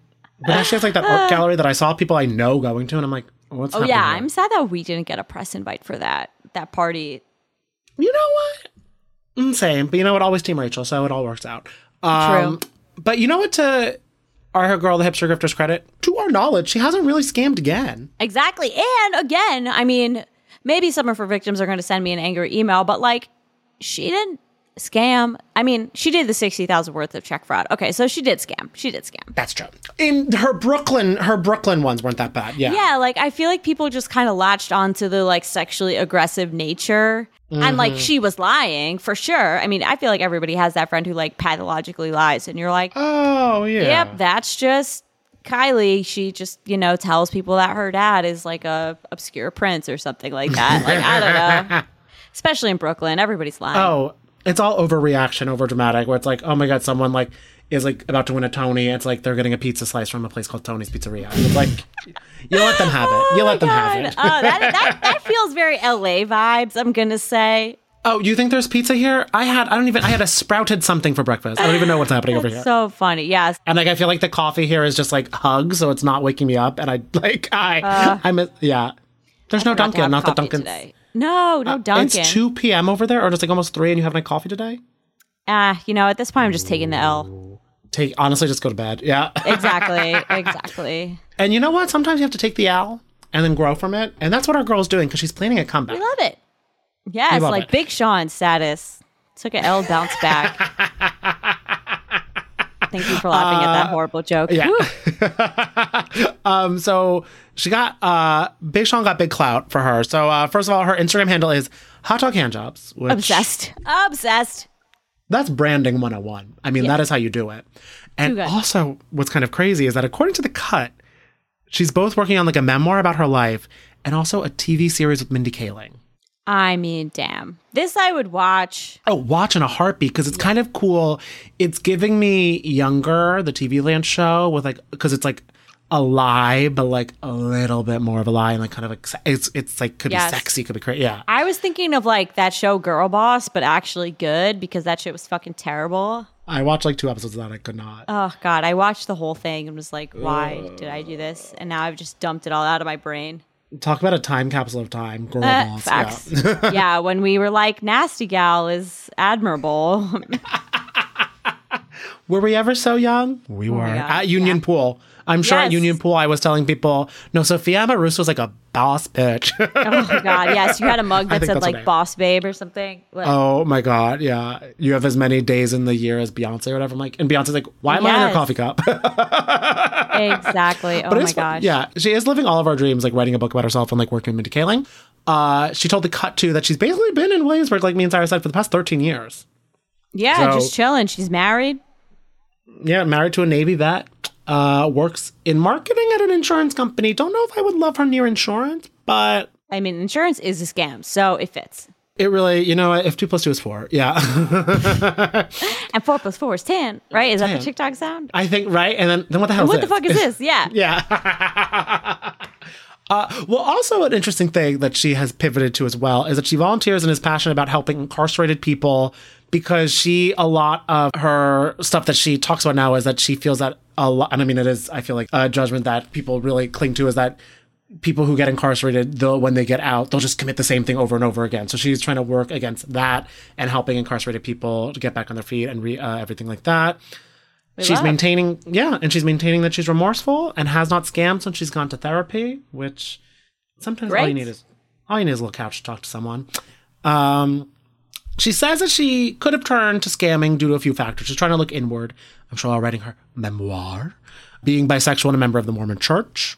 S2: But actually, it's like that art gallery that I saw people I know going to, and I'm like, what's
S1: oh yeah, I'm sad that we didn't get a press invite for that that party.
S2: You know what? Mm, Same, but you know what? Always Team Rachel, so it all works out. Um, True. But you know what? To our her girl, the hipster grifter's credit, to our knowledge, she hasn't really scammed again.
S1: Exactly. And again, I mean, maybe some of her victims are going to send me an angry email, but like, she didn't scam. I mean, she did the sixty thousand worth of check fraud. Okay, so she did scam. She did scam.
S2: That's true. In her Brooklyn, her Brooklyn ones weren't that bad. Yeah.
S1: Yeah, like I feel like people just kind of latched onto the like sexually aggressive nature. And like she was lying for sure. I mean, I feel like everybody has that friend who like pathologically lies and you're like,
S2: Oh yeah.
S1: "Yep, that's just Kylie. She just, you know, tells people that her dad is like a obscure prince or something like that." like, I don't know. Especially in Brooklyn, everybody's lying.
S2: Oh, it's all overreaction, overdramatic, where it's like, oh my god, someone like is like about to win a Tony. It's like they're getting a pizza slice from a place called Tony's Pizzeria. It's like you let them have it. You let them have it.
S1: Oh, that, that, that feels very LA vibes, I'm going to say.
S2: Oh, you think there's pizza here? I had I don't even I had a sprouted something for breakfast. I don't even know what's happening over here.
S1: So funny. Yes.
S2: and like I feel like the coffee here is just like hugs, so it's not waking me up. And I like I I'm a, yeah. There's no
S1: Uh. Forgot to have
S2: Dunkin', not the
S1: coffee
S2: Dunkin'. Uh,
S1: today. No, no Dunkin'.
S2: It's two p.m. over there, or just like almost three, and you haven't had coffee today.
S1: Ah, you know, at this point, I'm just taking the L.
S2: Take honestly, just go to bed. Yeah.
S1: Exactly. exactly.
S2: And you know what? Sometimes you have to take the L and then grow from it, and that's what our girl's doing because she's planning a comeback.
S1: I love it. Yes,
S2: love
S1: like
S2: it.
S1: Big Sean status. Took an L bounce back. Thank you for laughing at that horrible joke.
S2: Uh, yeah.
S1: Whew.
S2: um, so she got uh, Big Sean got big clout for her. So uh, first of all, her Instagram handle is Hot Dog Handjobs, which
S1: Obsessed. Obsessed.
S2: that's branding 101. I mean, that is how you do it. And
S1: good.
S2: also, what's kind of crazy is that according to the cut, she's both working on like a memoir about her life and also a TV series with Mindy Kaling.
S1: I mean, damn. This I would watch.
S2: Oh, watch in a heartbeat because it's kind of cool. It's giving me younger, the TV Land show with like because it's like a lie, but like a little bit more of a lie and like kind of like se- it's it's like could
S1: Yes.
S2: be sexy, could be crazy. Yeah,
S1: I was thinking of like that show Girl Boss, but actually good because that shit was fucking terrible.
S2: I watched like two episodes of that. I could not.
S1: Oh god, I watched the whole thing and was like, why did I do this? And now I've just dumped it all out of my brain.
S2: Talk about a time capsule of time. Girl
S1: Uh,
S2: balls. Yeah.
S1: facts. Yeah. when we were like, nasty gal is admirable.
S2: Were we ever so young? We were at Union Pool. I'm sure at
S1: Oh, Yes.
S2: Union Pool, I was telling people, no, Sophia Amarus was like a boss bitch.
S1: oh god, yes, you had a mug that
S2: think
S1: said
S2: that's her
S1: like
S2: name.
S1: boss babe or something. Like,
S2: oh my god, yeah. You have as many days in the year as Beyonce or whatever. I'm like, and Beyonce's like, why am I in her
S1: Yes.
S2: coffee cup?
S1: Exactly. Oh
S2: But
S1: my
S2: it's fun-
S1: gosh.
S2: Yeah, she is living all of our dreams, like writing a book about herself and like working with Mindy Kaling. Uh, she told the cut too that she's basically been in Williamsburg, like me and Cyrus said, for the past 13 years.
S1: Yeah,
S2: So-
S1: just chilling. She's married.
S2: Yeah, married to a Navy vet, uh, works in marketing at an insurance company. Don't know if I would love her near insurance, but
S1: I mean, insurance is a scam, so it fits.
S2: it really, you know, if two plus two is four, yeah,
S1: And four plus four is ten, right? Is that the
S2: Ten.
S1: TikTok sound?
S2: I think, right? And then, then what the hell?
S1: What
S2: is
S1: the fuck is this? Yeah.
S2: Yeah. Uh, well, also an interesting thing that she has pivoted to as well is that she volunteers and is passionate about helping incarcerated people because she a lot of her stuff that she talks about now is that she feels that a lot, and I mean it is I feel like a judgment that people really cling to is that people who get incarcerated though when they get out they'll just commit the same thing over and over again so she's trying to work against that and helping incarcerated people to get back on their feet and re- uh, everything like that she's
S1: love.
S2: maintaining yeah and she's maintaining that she's remorseful and has not scammed since she's gone to therapy which sometimes all you
S1: Great.
S2: need is all you need is a little couch to talk to someone um she says that she could have turned to scamming due to a few factors she's trying to look inward i'm sure while writing her memoir being bisexual and a member of the mormon church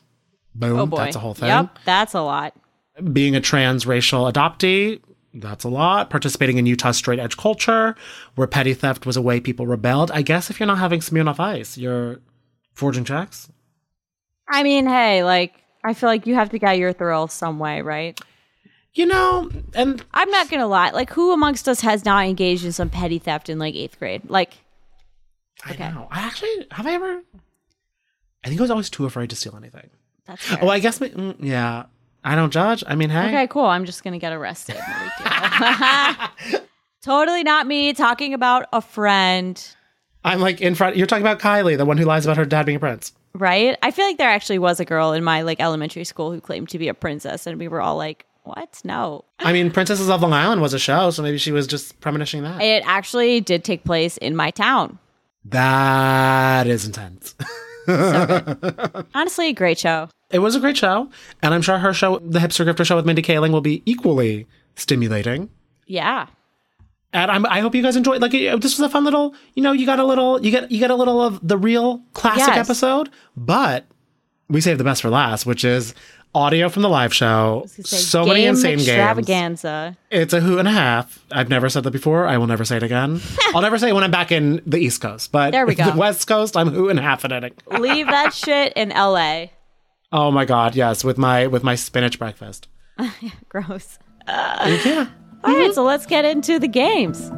S2: boom
S1: Oh boy.
S2: that's a whole thing
S1: Yep, that's a lot.
S2: being a transracial adoptee, that's a lot. Participating in Utah straight edge culture, where petty theft was a way people rebelled. I guess if you're not having Smirnoff Ice, you're forging checks.
S1: I mean, hey, like I feel like you have to get your thrill some way, right?
S2: You know, and
S1: I'm not gonna lie. Like, who amongst us has not engaged in some petty theft in like eighth grade? Like,
S2: I
S1: Okay.
S2: know. I actually have I ever? I think I was always too afraid to steal anything.
S1: that's fair.
S2: Oh, I guess. ma- mm, yeah, I don't judge. I mean, hey,
S1: okay, cool. I'm just gonna get arrested. No big deal. totally not me talking about a friend,
S2: I'm like in front. You're talking about Kylie, the one who lies about her dad being a prince.
S1: right? I feel like there actually was a girl in my like elementary school who claimed to be a princess, and we were all like, "What? No."
S2: I mean, Princesses of Long Island was a show, so maybe she was just premonitioning that.
S1: It actually did take place in my town.
S2: that is intense.
S1: Honestly, a great show.
S2: It was a great show, and I'm sure her show, the Hipster Grifter show with Mindy Kaling, will be equally stimulating.
S1: Yeah.
S2: And I'm, I hope you guys enjoyed. Like it- this was a fun little, you know, you got a little, you get you get a little of the real classic
S1: Yes.
S2: episode, but we saved the best for last, which is audio from the live show.
S1: It's a
S2: So many
S1: game
S2: insane games.
S1: extravaganza.
S2: It's a who and a half. I've never said that before. I will never say it again. I'll never say it when I'm back in the East Coast, but
S1: There we go.
S2: the West Coast, I'm who and a half in it.
S1: Leave that shit in LA.
S2: Oh my god, yes, with my with my spinach breakfast.
S1: Gross. All
S2: Mm-hmm.
S1: right, so let's get into the games.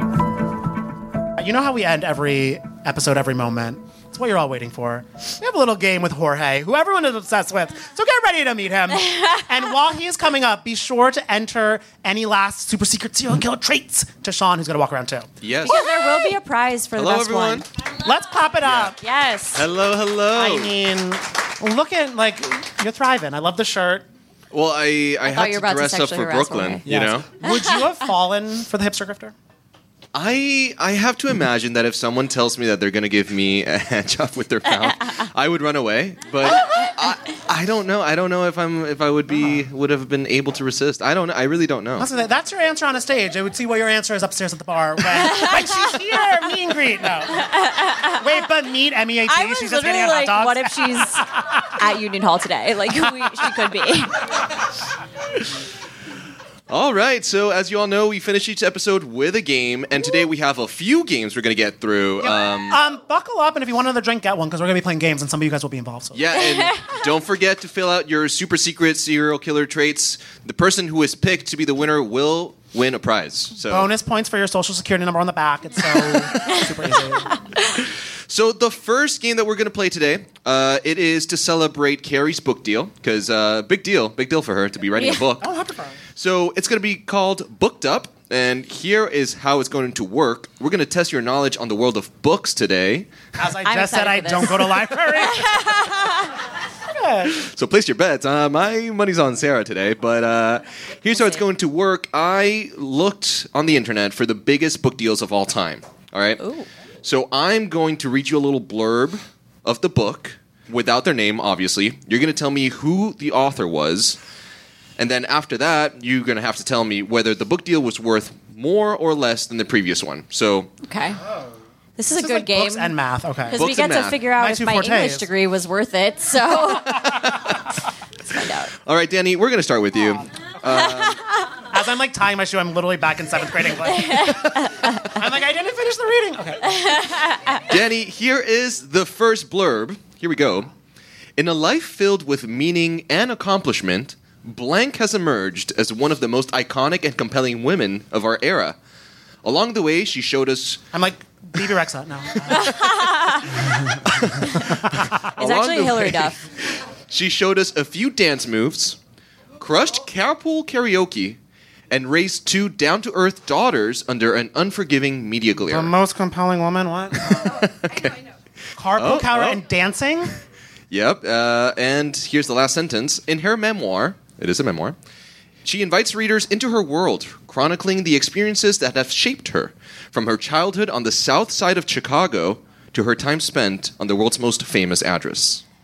S2: Uh, You know how we end every episode, every moment? It's what you're all waiting for. We have a little game with Jorge, who everyone is obsessed with. So get ready to meet him. and while he is coming up, be sure to enter any last super secret serial killer traits to Sean, who's going to walk around too.
S5: Yes.
S1: There will be a prize for the
S5: Hello,
S1: best
S5: everyone.
S1: one.
S2: Let's pop it up.
S1: Yes.
S5: Hello, hello.
S2: I mean, look at, like, you're thriving. I love the shirt.
S5: well, I, I,
S1: thought you were
S5: had to
S1: about to
S5: dress up
S1: sexually
S5: for
S1: harass
S5: Brooklyn,
S1: Jorge.
S5: you know?
S2: Would you have fallen for the hipster grifter?
S5: I I have to imagine that if someone tells me that they're going to give me a hand job with their mouth, I would run away. But I, I don't know. I don't know if I'm if I would be would have been able to resist. I don't. know. I really don't know.
S2: Also, that- that's your answer on a stage. I would see what your answer is upstairs at the bar when, when she's here. Meet and greet. No. Wait, but meet M E A
S1: I
S2: T.
S1: was
S2: She's just
S1: literally
S2: getting out hot
S1: like,
S2: dogs.
S1: what if she's at Union Hall today? Like, we, she could be.
S5: All right. So as you all know, we finish each episode with a game, and today we have a few games we're going to get through. Um,
S2: Um, buckle up, and if you want another drink, get one because we're gonna be playing games, and some of you guys will be involved. So.
S5: Yeah, and don't forget to fill out your super secret serial killer traits. The person who is picked to be the winner will win a prize. So,
S2: Bonus points for your social security number on the back. It's so super easy.
S5: so the first game that we're going to play today, uh, it is to celebrate Carrie's book deal because uh, big deal, big deal for her to be writing a book. So it's going to be called Booked Up, and here is how it's going to work. We're going to test your knowledge on the world of books today.
S2: As I
S1: I'm
S2: just said,
S1: excited
S2: I
S1: for this.
S2: don't go to library.
S5: So place your bets. Uh, my money's on Sarah today, but uh, here's how it's going to work. I looked on the internet for the biggest book deals of all time. All right. So I'm going to read you a little blurb of the book without their name, obviously. You're going to tell me who the author was, and then after that, you're going to have to tell me whether the book deal was worth more or less than the previous one. So
S1: Okay. This is a
S2: This is
S1: good
S2: like
S1: game.
S2: Books and math. Okay.
S1: Because we
S5: Books
S1: get
S5: and
S1: to
S5: math.
S1: figure out
S2: My
S1: if
S2: two
S1: my
S2: fortes.
S1: English degree was worth it. So let's find out.
S5: all right, Danny, we're going to start with you.
S2: As I'm like tying my shoe, I'm literally back in seventh grade English. I'm like, I didn't finish the reading. Okay.
S5: Danny, here is the first blurb. Here we go. In a life filled with meaning and accomplishment, Blank has emerged as one of the most iconic and compelling women of our era. Along the way, she showed us.
S2: I'm like, BB Rexa. No.
S1: It's
S5: along
S1: actually
S5: the
S1: Hillary
S5: way,
S1: Duff.
S5: She showed us a few dance moves, crushed carpool karaoke, and raised two down-to-earth daughters under an unforgiving media glare.
S2: most compelling woman. What? Carpool
S5: Oh,
S2: Cowra
S5: oh.
S2: and dancing.
S5: Yep. Uh, and here's the last sentence. In her memoir, it is a memoir, she invites readers into her world, chronicling the experiences that have shaped her, from her childhood on the south side of Chicago to her time spent on the world's most famous address.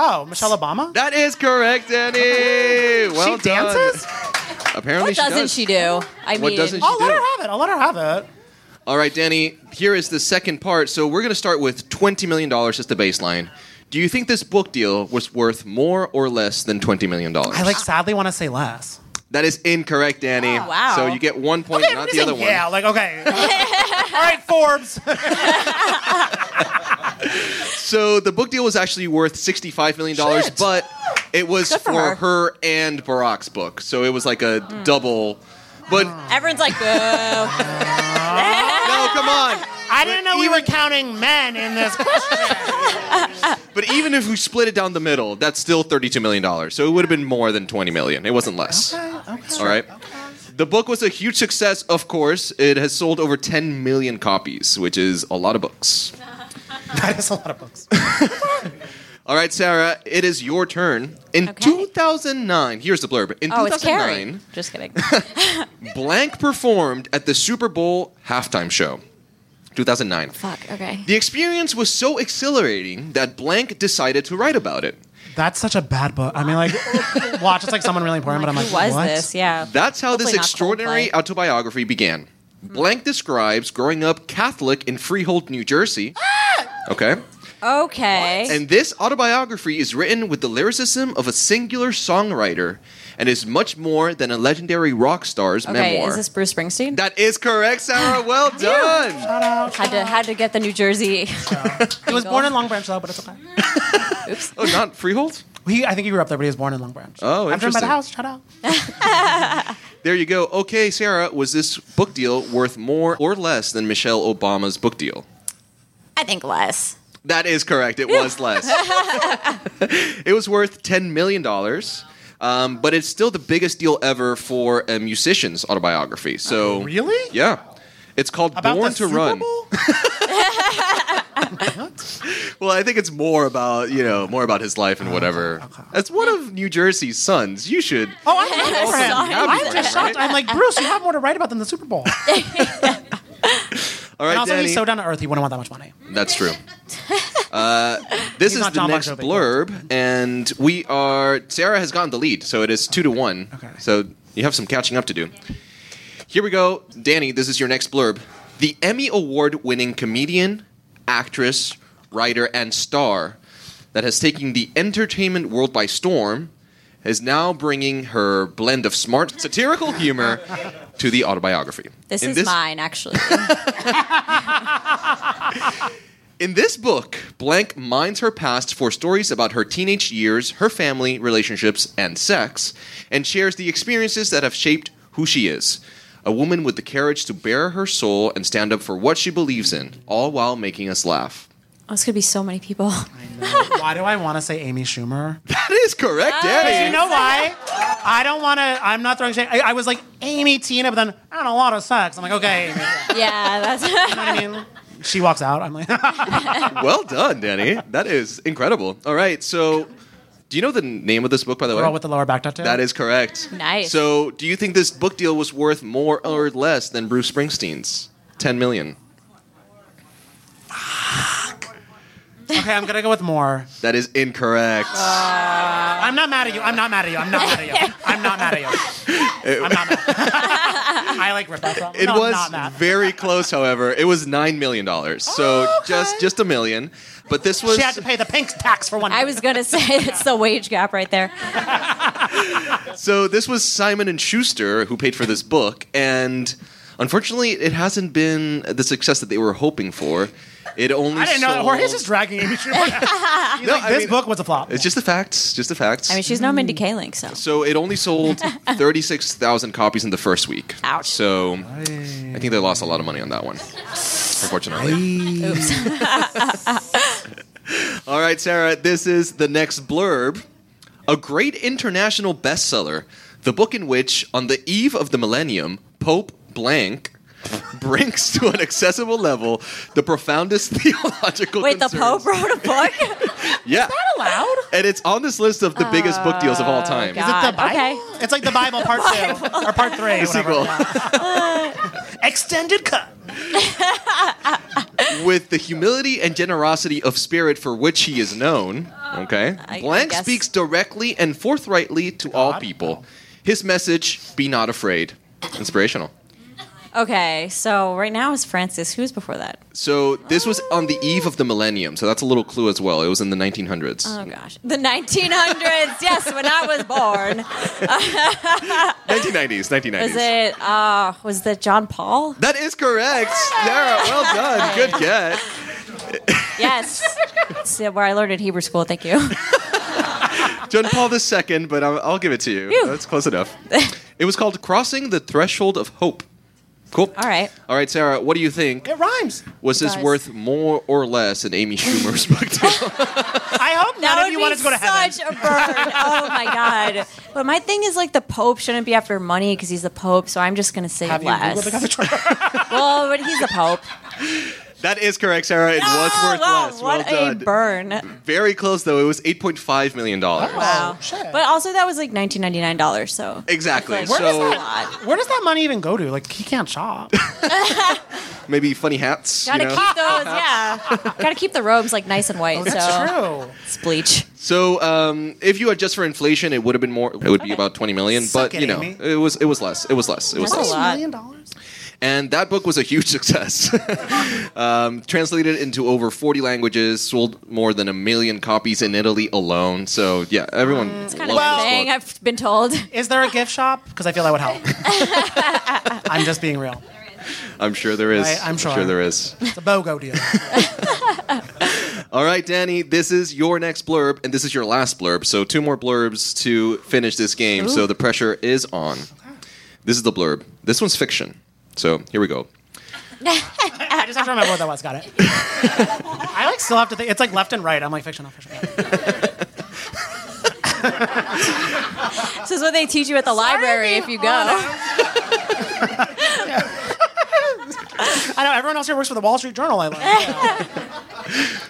S2: Oh, Michelle Obama.
S5: That is correct, Danny. Well
S2: she
S5: done.
S2: dances.
S5: Apparently,
S1: What
S5: she
S1: doesn't
S5: does.
S1: she do? I
S5: What
S1: mean,
S5: doesn't she
S2: I'll let
S5: do?
S2: her have it. I'll let her have it.
S5: All right, Danny. Here is the second part. So we're going to start with twenty million dollars as the baseline. Do you think this book deal was worth more or less than twenty million dollars?
S2: I like sadly want to say less.
S5: That is incorrect, Danny.
S1: wow.
S5: So you get one point, not the other one.
S2: Yeah, like okay. All right, Forbes.
S5: So the book deal was actually worth sixty-five million dollars, but it was for,
S1: for her.
S5: her. and Barack's book. So it was like a double. But no,
S1: Everyone's like, boo.
S5: come on.
S2: I didn't know we were counting men in this question.
S5: But even if we split it down the middle, that's still thirty-two million dollars. So it would have been more than twenty million. It wasn't less. All right. The book was a huge success, of course. It has sold over 10 million copies, which is a lot of books.
S2: that is a lot of books.
S5: All right, Sarah, it is your turn. In
S1: Okay.
S5: 2009, here's the blurb. In
S1: Oh, it's Carrie.
S5: 2009,
S1: Just kidding.
S5: Blank performed at the Super Bowl halftime show. 2009.
S1: Fuck. Okay.
S5: The experience was so exhilarating that Blank decided to write about it.
S2: That's such a bad book. I mean, like, watch. It's like someone really important, but I'm like,
S1: Who was
S2: what?
S1: this? Yeah.
S5: That's how
S1: Hopefully
S5: this
S1: not Hmm.
S5: extraordinary
S1: Coldplay.
S5: autobiography began. Blank describes growing up Catholic in Freehold, New Jersey. Okay.
S1: Okay.
S5: And this autobiography is written with the lyricism of a singular songwriter and is much more than a legendary rock star's
S1: okay.
S5: memoir.
S1: Is this Bruce Springsteen?
S5: that is correct, Sarah. Well done.
S1: had to had to get the New Jersey.
S2: It was born in Long Branch though, but it's okay.
S5: oh, not Freehold?
S2: He, I think he grew up there, but he was born in Long Branch.
S5: Oh,
S2: I'm from by the
S5: interesting.
S2: house. Shut up.
S5: There you go. Okay, Sarah, was this book deal worth more or less than Michelle Obama's book deal?
S6: I think less.
S5: That is correct. It was less. it was worth $10 million. Um, but it's still the biggest deal ever for a musician's autobiography. So
S2: Really?
S5: Yeah. It's called
S2: About
S5: Born
S2: the
S5: to
S2: Super
S5: Run.
S2: Bowl?
S5: Well, I think it's more about, you know, more about his life
S2: Oh,
S5: and whatever. As one of New Jersey's sons, you should
S2: Oh, I'm happy for him.
S5: Sorry.
S2: I'm just shocked. I'm like, Bruce, you have more to write about than the Super Bowl.
S5: All right,
S2: and also,
S5: Danny.
S2: he's so down to earth, he wouldn't want that much money.
S5: That's true. Uh, this is
S2: not
S5: the
S2: John
S5: next
S2: Bon Jovi.
S5: blurb, and we are. Sarah has gotten the lead, so it is two to one.
S2: Okay.
S5: So you have some catching up to do. Here we go, Danny. This is your next blurb. The Emmy Award-winning comedian, actress, writer, and star that has taken the entertainment world by storm is now bringing her blend of smart satirical humor to the autobiography.
S6: This
S5: In
S6: is mine, actually.
S5: In this book, Blank mines her past for stories about her teenage years, her family, relationships, and sex, and shares the experiences that have shaped who she is. A woman with the courage to bare her soul and stand up for what she believes in, all while making us laugh.
S6: oh, it's gonna be so many people.
S2: why do I want to say Amy Schumer?
S5: That is correct, Danny.
S2: You know why? I don't want to. I'm not throwing shade. I, I was like Amy Tina, but then I don't know, a lot of sex. I'm like, okay. Amy.
S6: yeah, that's.
S2: I mean, she walks out. I'm like,
S5: Well done, Danny. That is incredible. All right, so do you know the name of this book, by the way?
S2: girl with the lower back tattoo.
S5: that is correct.
S6: Nice.
S5: So, do you think this book deal was worth more or less than Bruce Springsteen's 10 million?
S2: okay. I'm gonna go with more.
S5: That is incorrect.
S2: Uh, I'm not mad at you. I'm not mad at you. I'm not mad at you. I'm not mad at you. I'm not mad. I like ripped that song.
S5: It
S2: No, I'm not
S5: was
S2: mad.
S5: very close, however. It was nine million dollars, so just just a million. But this was
S2: She had to pay the pink tax for one.
S6: I was gonna say it's the wage gap right there.
S5: so this was Simon and Schuster who paid for this book, and unfortunately, it hasn't been the success that they were hoping for. It only
S2: I didn't know.
S5: sold...
S2: that. Jorge's just dragging Amy Schumer. He's like,
S5: I
S2: this
S5: mean-
S2: book was a flop.
S5: It's just the facts. Just the facts.
S6: I mean, she's no
S2: Mm.
S6: Mindy Kaling, so
S5: so it only sold thirty six thousand copies in the first week.
S6: Ouch.
S5: So I think they lost a lot of money on that one, unfortunately.
S6: oops.
S5: All right, Sarah, this is the next blurb. A great international bestseller, the book in which, on the eve of the millennium, Pope Blank brings to an accessible level the profoundest theological
S6: Wait, the
S5: concerns.
S6: Pope wrote a book?
S5: Yeah.
S2: allowed.
S5: And it's on this list of the biggest book deals of all time.
S6: Oh, God.
S2: Is it the Bible?
S6: okay.
S2: It's like the Bible part two or part three.
S5: Sequel.
S2: whatever. Extended cut.
S5: With the humility and generosity of spirit for which he is known, okay,
S6: Uh, I
S5: Blank
S6: guess.
S5: speaks directly and forthrightly to all people. His message: Be not afraid. Inspirational.
S6: Okay, so right now is Francis. Who's before that?
S5: So this was on the eve of the millennium, so that's a little clue as well. It was in the 1900s.
S6: Oh gosh, the 1900s. yes, when I was born.
S5: 1990s, 1990s.
S6: Was it? Uh, was that John Paul?
S5: That is correct, Sarah. Well done. Good get.
S6: Yes. It's where I learned in Hebrew school. Thank you.
S5: John Paul II, but I'll, I'll give it to you.
S6: Phew.
S5: That's close enough. It was called "Crossing the Threshold of Hope." Cool.
S6: All right.
S5: All right, Sarah. What do you think?
S2: It rhymes.
S5: Was this
S6: Guys.
S5: worth more or less than Amy Schumer's book deal?
S2: I hope none of you wanted to go to heaven.
S6: such a burn. Oh my god! But my thing is like the Pope shouldn't be after money because he's the Pope. So I'm just gonna say
S2: Have you Googled the
S6: less.
S2: cover?
S6: well, but he's the Pope.
S5: that is correct, Sarah. It was worth
S6: wow,
S5: less.
S6: What
S5: well
S6: a
S5: done.
S6: burn!
S5: Very close though. It was 8.5 million dollars.
S1: Oh.
S6: Wow.
S2: Oh, shit.
S6: But also that was like 1999 dollars. So
S5: Exactly.
S6: Where
S5: so
S6: was that?
S2: Where does that money even go to? Like he can't shop.
S5: maybe funny hats.
S6: Gotta
S5: you know?
S6: keep those. Yeah. Gotta keep the robes like nice and white. so
S2: Oh, True.
S6: it's bleach.
S5: So um, if you adjust for inflation, it would have been more. It would be about 20 million,
S2: Suck
S5: but
S2: it,
S5: you know,
S2: Amy.
S5: it was it was less. It was less. It was
S6: That's
S5: less.
S6: a lot.
S2: Million dollars.
S5: And that book was a huge success. um, translated into over 40 languages, sold more than a million copies in Italy alone. So yeah, everyone loves
S6: Kind of a
S5: this
S6: thing
S5: book.
S6: I've been told.
S2: Is there a gift shop? Because I feel that would help. I'm just being real.
S5: I'm sure there is.
S2: I- I'm
S5: sure
S2: sure.
S5: there is.
S2: It's a BOGO deal.
S5: All right, Danny, this is your next blurb, and this is your last blurb. So, two more blurbs to finish this game. So, the pressure is on. This is the blurb. This one's fiction. So, here we go.
S2: I just have to remember what that was. Got it. I like still have to think. It's like left and right. I'm like fictional, fictional.
S6: This is what they teach you at the library if you go.
S2: I know everyone else here works for the Wall Street Journal. I like.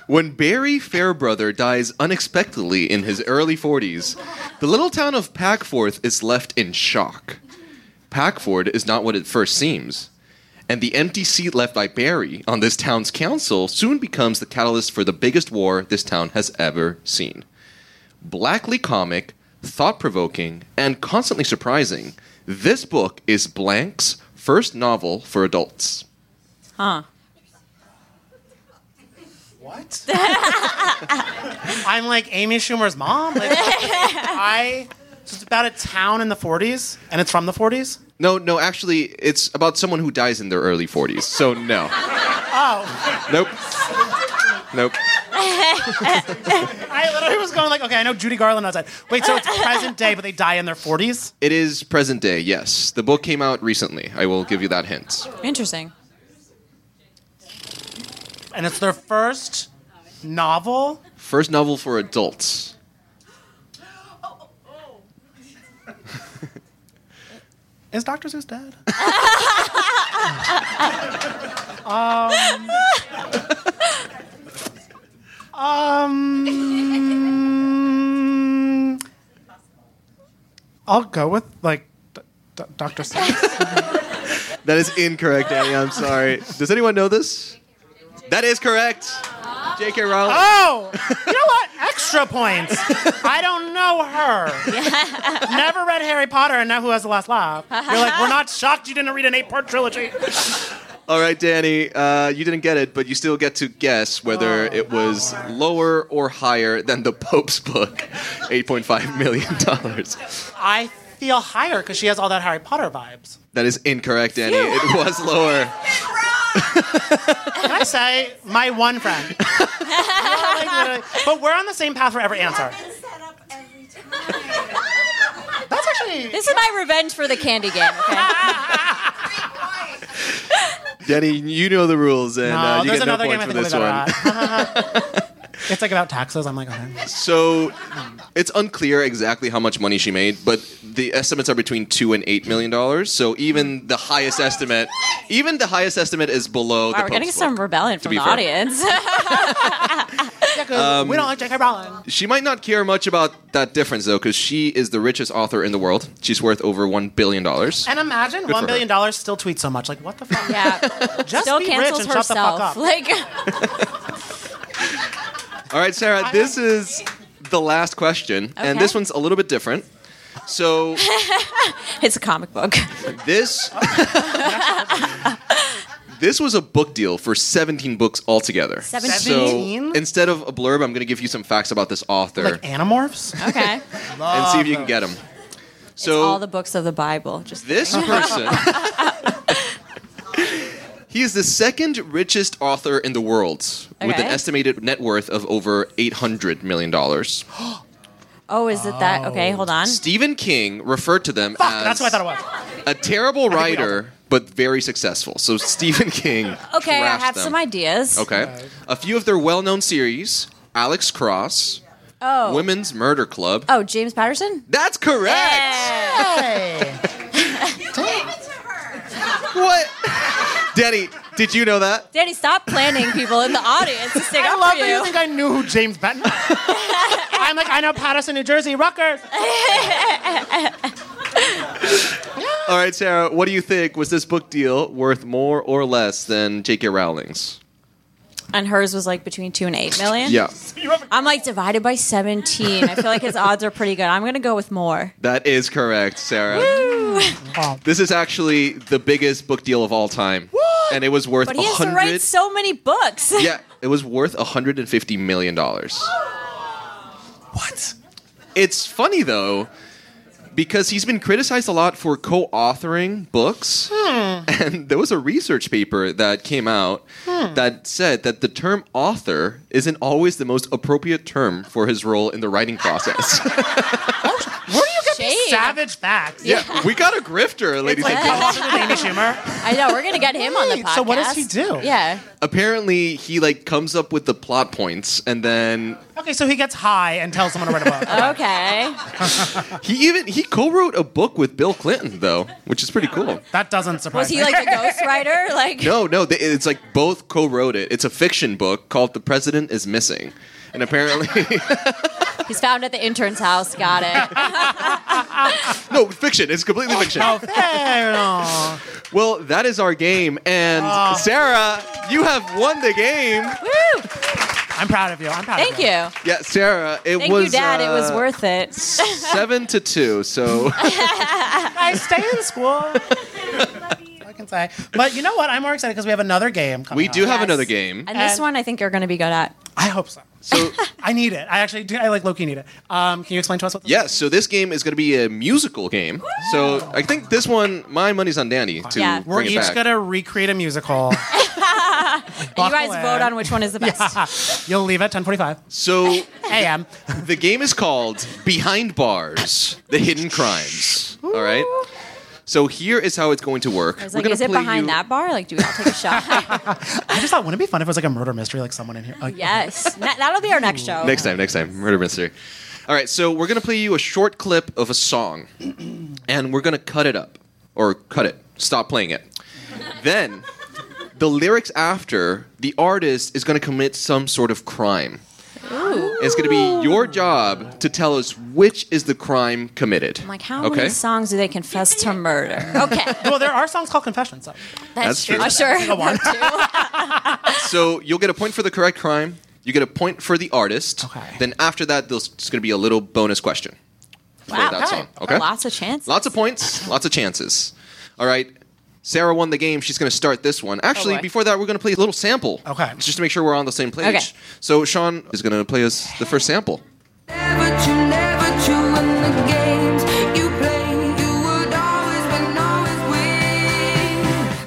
S5: When Barry Fairbrother dies unexpectedly in his early 40s, the little town of Packforth is left in shock. Packford is not what it first seems, and the empty seat left by Barry on this town's council soon becomes the catalyst for the biggest war this town has ever seen. Blackly comic, thought provoking, and constantly surprising, this book is Blank's first novel for adults.
S2: What? I'm like Amy Schumer's mom. Like, I. So it's about a town in the 40s, and it's from the 40s.
S5: No, no, actually, it's about someone who dies in their early 40s, so no.
S2: Oh,
S5: Nope. Nope.
S2: I literally was going like, okay, I know Judy Garland outside. Wait, so it's present day, but they die in their 40s?
S5: It is present day, yes. The book came out recently. I will give you that hint.
S6: Interesting.
S2: and it's their first novel.
S5: First novel for adults.
S2: Is Doctor Seuss dead? um, um, I'll go with like D- D- Doctor Seuss.
S5: That is incorrect, Annie. I'm sorry. Does anyone know this? That is correct. J.K. Rowling.
S2: Oh, you know what? Extra points. I don't know her. Never read Harry Potter, and now who has the last laugh? You're like, we're not shocked you didn't read an eight-part trilogy.
S5: All right, Danny. Uh, you didn't get it, but you still get to guess whether it was lower or higher than the Pope's book, $8.5 million.
S2: I feel higher because she has all that Harry Potter vibes.
S5: That is incorrect, Danny. It was lower.
S2: Can I say my one friend? Like, literally. but we're on the same path for every answer. That's actually
S6: This is my revenge for the candy game. Okay.
S5: Danny, you know the rules, and uh,
S2: no.
S5: you
S2: There's
S5: get no
S2: another game
S5: points
S2: I
S5: for
S2: think I'm
S5: this
S2: better
S5: one.
S2: at. it's like about taxes. I'm like, okay.
S5: So it's unclear exactly how much money she made, but the estimates are between two and eight million dollars. So even the highest estimate, even the highest estimate is below. the
S6: Wow, we're getting
S5: Pope's
S6: some
S5: book,
S6: rebellion
S5: to
S6: from
S5: be
S6: the
S5: fair.
S6: audience.
S2: Yeah, 'cause we don't like J.K. Rowling.
S5: She might not care much about that difference though, because she is the richest author in the world. She's worth over one billion dollars.
S2: And imagine
S5: for
S2: one billion
S5: her.
S2: dollars still tweets so much. Like, what the fuck?
S6: yeah.
S2: Just
S6: Still
S2: be
S6: cancels
S2: rich and shut the fuck
S6: herself.
S2: up.
S6: Like
S5: All right, Sarah, this is the last question, and
S6: Okay.
S5: this one's a little bit different. So
S6: it's a comic book.
S5: This This was a book deal for 17 books
S2: 17?
S5: altogether. So instead of a blurb, I'm going to give you some facts about this author
S2: like animorphs.
S6: Okay.
S5: and see if you can get them. So
S6: All the books of the Bible. Just
S5: this person He is the second richest author in the world with an
S6: Okay.
S5: estimated net worth of over 800 million dollars.
S6: Oh, is it that? Okay, hold on.
S5: Stephen King referred to them
S2: Fuck,
S5: as
S2: that's what I thought it was.
S5: a terrible
S2: I think we all-
S5: writer but very successful. So Stephen King
S6: Okay, I
S5: trashed
S6: have
S5: them.
S6: some ideas.
S5: Okay. A few of their well known series Alex Cross,
S6: Oh.
S5: Women's Murder Club.
S6: Oh, James Patterson?
S5: That's correct.
S6: Yeah.
S2: Hey,
S5: What? Danny, did you know that?
S6: Danny, stop planning people in the audience to stick
S2: I
S6: up
S2: love
S6: for
S2: that you
S6: you.
S2: think I knew who James Benton. I'm like, I know Patterson, New Jersey, Rutgers.
S5: All right, Sarah, what do you think? Was this book deal worth more or less than J.K. Rowling's?
S6: And hers was like between two and eight million.
S5: Yeah.
S6: I'm like divided by 17. I feel like his odds are pretty good. I'm going to go with more.
S5: That is correct, Sarah. This is actually the biggest book deal of all time. And it was worth
S6: But
S5: a
S6: he has to
S5: 100
S6: write so many books.
S5: Yeah, it was worth 150 million dollars.
S2: What?
S5: It's funny though, because he's been criticized a lot for co-authoring books, and there was a research paper that came out that said that the term author isn't always the most appropriate term for his role in the writing process.
S2: Where do you get these
S1: Shade.
S2: savage facts?
S5: yeah, we got a grifter, ladies and gentlemen.
S2: Amy Schumer.
S1: I know we're gonna get him on the
S2: Wait,
S1: podcast.
S2: so what does he do?
S1: Yeah,
S5: Apparently, he like comes up with the plot points, and then
S2: Okay, so he gets high and tells someone to write a book.
S1: okay.
S5: he even he co-wrote a book with Bill Clinton, though, which is pretty cool.
S2: That doesn't surprise
S1: Was he
S2: me.
S1: like a ghostwriter? Like
S5: No, no, they, it's like both co-wrote it. It's a fiction book called "The President Is Missing," and apparently,
S1: he's found at the intern's house. Got it.
S5: no, fiction. It's completely fiction.
S2: Oh, fair enough.
S5: Well, that is our game, and
S2: Ah.
S5: Sarah, you have won the game.
S1: Woo!
S2: I'm proud of you. I'm proud
S1: Thank
S2: of you.
S1: you.
S5: Yeah, Sarah, it
S1: Thank
S5: was
S1: you, Dad. it was
S5: uh,
S1: worth it.
S5: seven to two. So
S2: I stay in school. I can say. But you know what? I'm more excited because we have another game coming
S5: we do
S2: up.
S5: have
S1: Yes.
S5: another game.
S1: And this
S2: And-
S1: one, I think you're going to be good at.
S2: I hope so.
S5: So
S2: I need it. I actually do. I like Loki need it. Um, can you explain to us what this
S5: yes, so this game is going to be a musical game. So I think this one, my money's on Danny. To
S1: Yeah.
S5: bring
S2: We're
S5: it
S2: each
S5: back.
S2: gonna recreate a musical.
S1: You guys vote on which one is the best.
S2: You'll leave at 10:45
S5: So
S2: a.m.
S5: the game is called Behind Bars: The Hidden Crimes. All right. So here is how it's going to work.
S1: I was like, is it behind that bar? Like, do we all take a shot?
S2: I just thought, wouldn't it be fun if it was like a murder mystery, like someone in here? Like,
S1: yes. Na- that'll be our next show.
S5: Next time, next time, murder mystery. All right, so we're gonna play you a short clip of a song, and we're gonna cut it up or cut it, stop playing it. Then, the lyrics after the artist is gonna commit some sort of crime. It's gonna be your job to tell us which is the crime committed.
S1: I'm like, how
S5: okay?
S1: many songs do they confess to murder? Okay. That's,
S2: Well, there are songs called Confessions. So.
S5: That's true.
S1: Oh, sure.
S2: Go on.
S5: So you'll get a point for the correct crime. You get a point for the artist.
S2: Okay.
S5: Then after that, there's just gonna be a little bonus question. for
S1: Wow.
S5: that song. Okay.
S1: Lots of chances.
S5: Lots of points, lots of chances. All right. Sarah won the game. She's going to start this one. Actually,
S1: Oh, boy.
S5: before that, we're going to play a little sample.
S2: Okay.
S5: Just to make sure we're on the same page.
S1: Okay.
S5: So Sean is going to play us the first sample.
S7: Never true, never true in the games you play. You would always win, always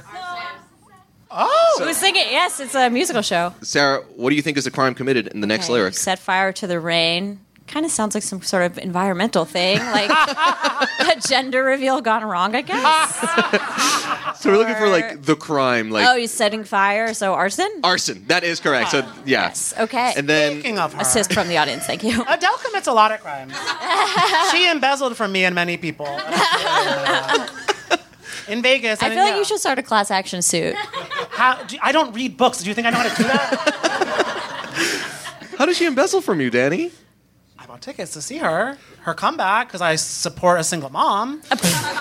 S7: win.
S1: Who's singing? Yes, it's a musical show.
S5: Sarah, what do you think is the crime committed in the next
S1: Okay,
S5: lyric?
S1: Set fire to the rain. Kind of sounds like some sort of environmental thing, like a gender reveal gone wrong, I guess.
S5: So we're looking for like the crime, like
S1: oh, he's setting fire, so arson?
S5: arson. That is correct. So yeah.
S1: Yes. Okay.
S5: And then
S2: Speaking of her,
S1: Assist from the audience, thank you.
S2: Adele commits a lot of crimes. she embezzled from me and many people. In Vegas,
S1: I
S2: didn't
S1: feel like
S2: know.
S1: you should start a class action suit.
S2: How, do, I don't read books. Do you think I know how to do that?
S5: how does she embezzle from you, Danny?
S2: I bought tickets to see her, her comeback, because I support a single mom.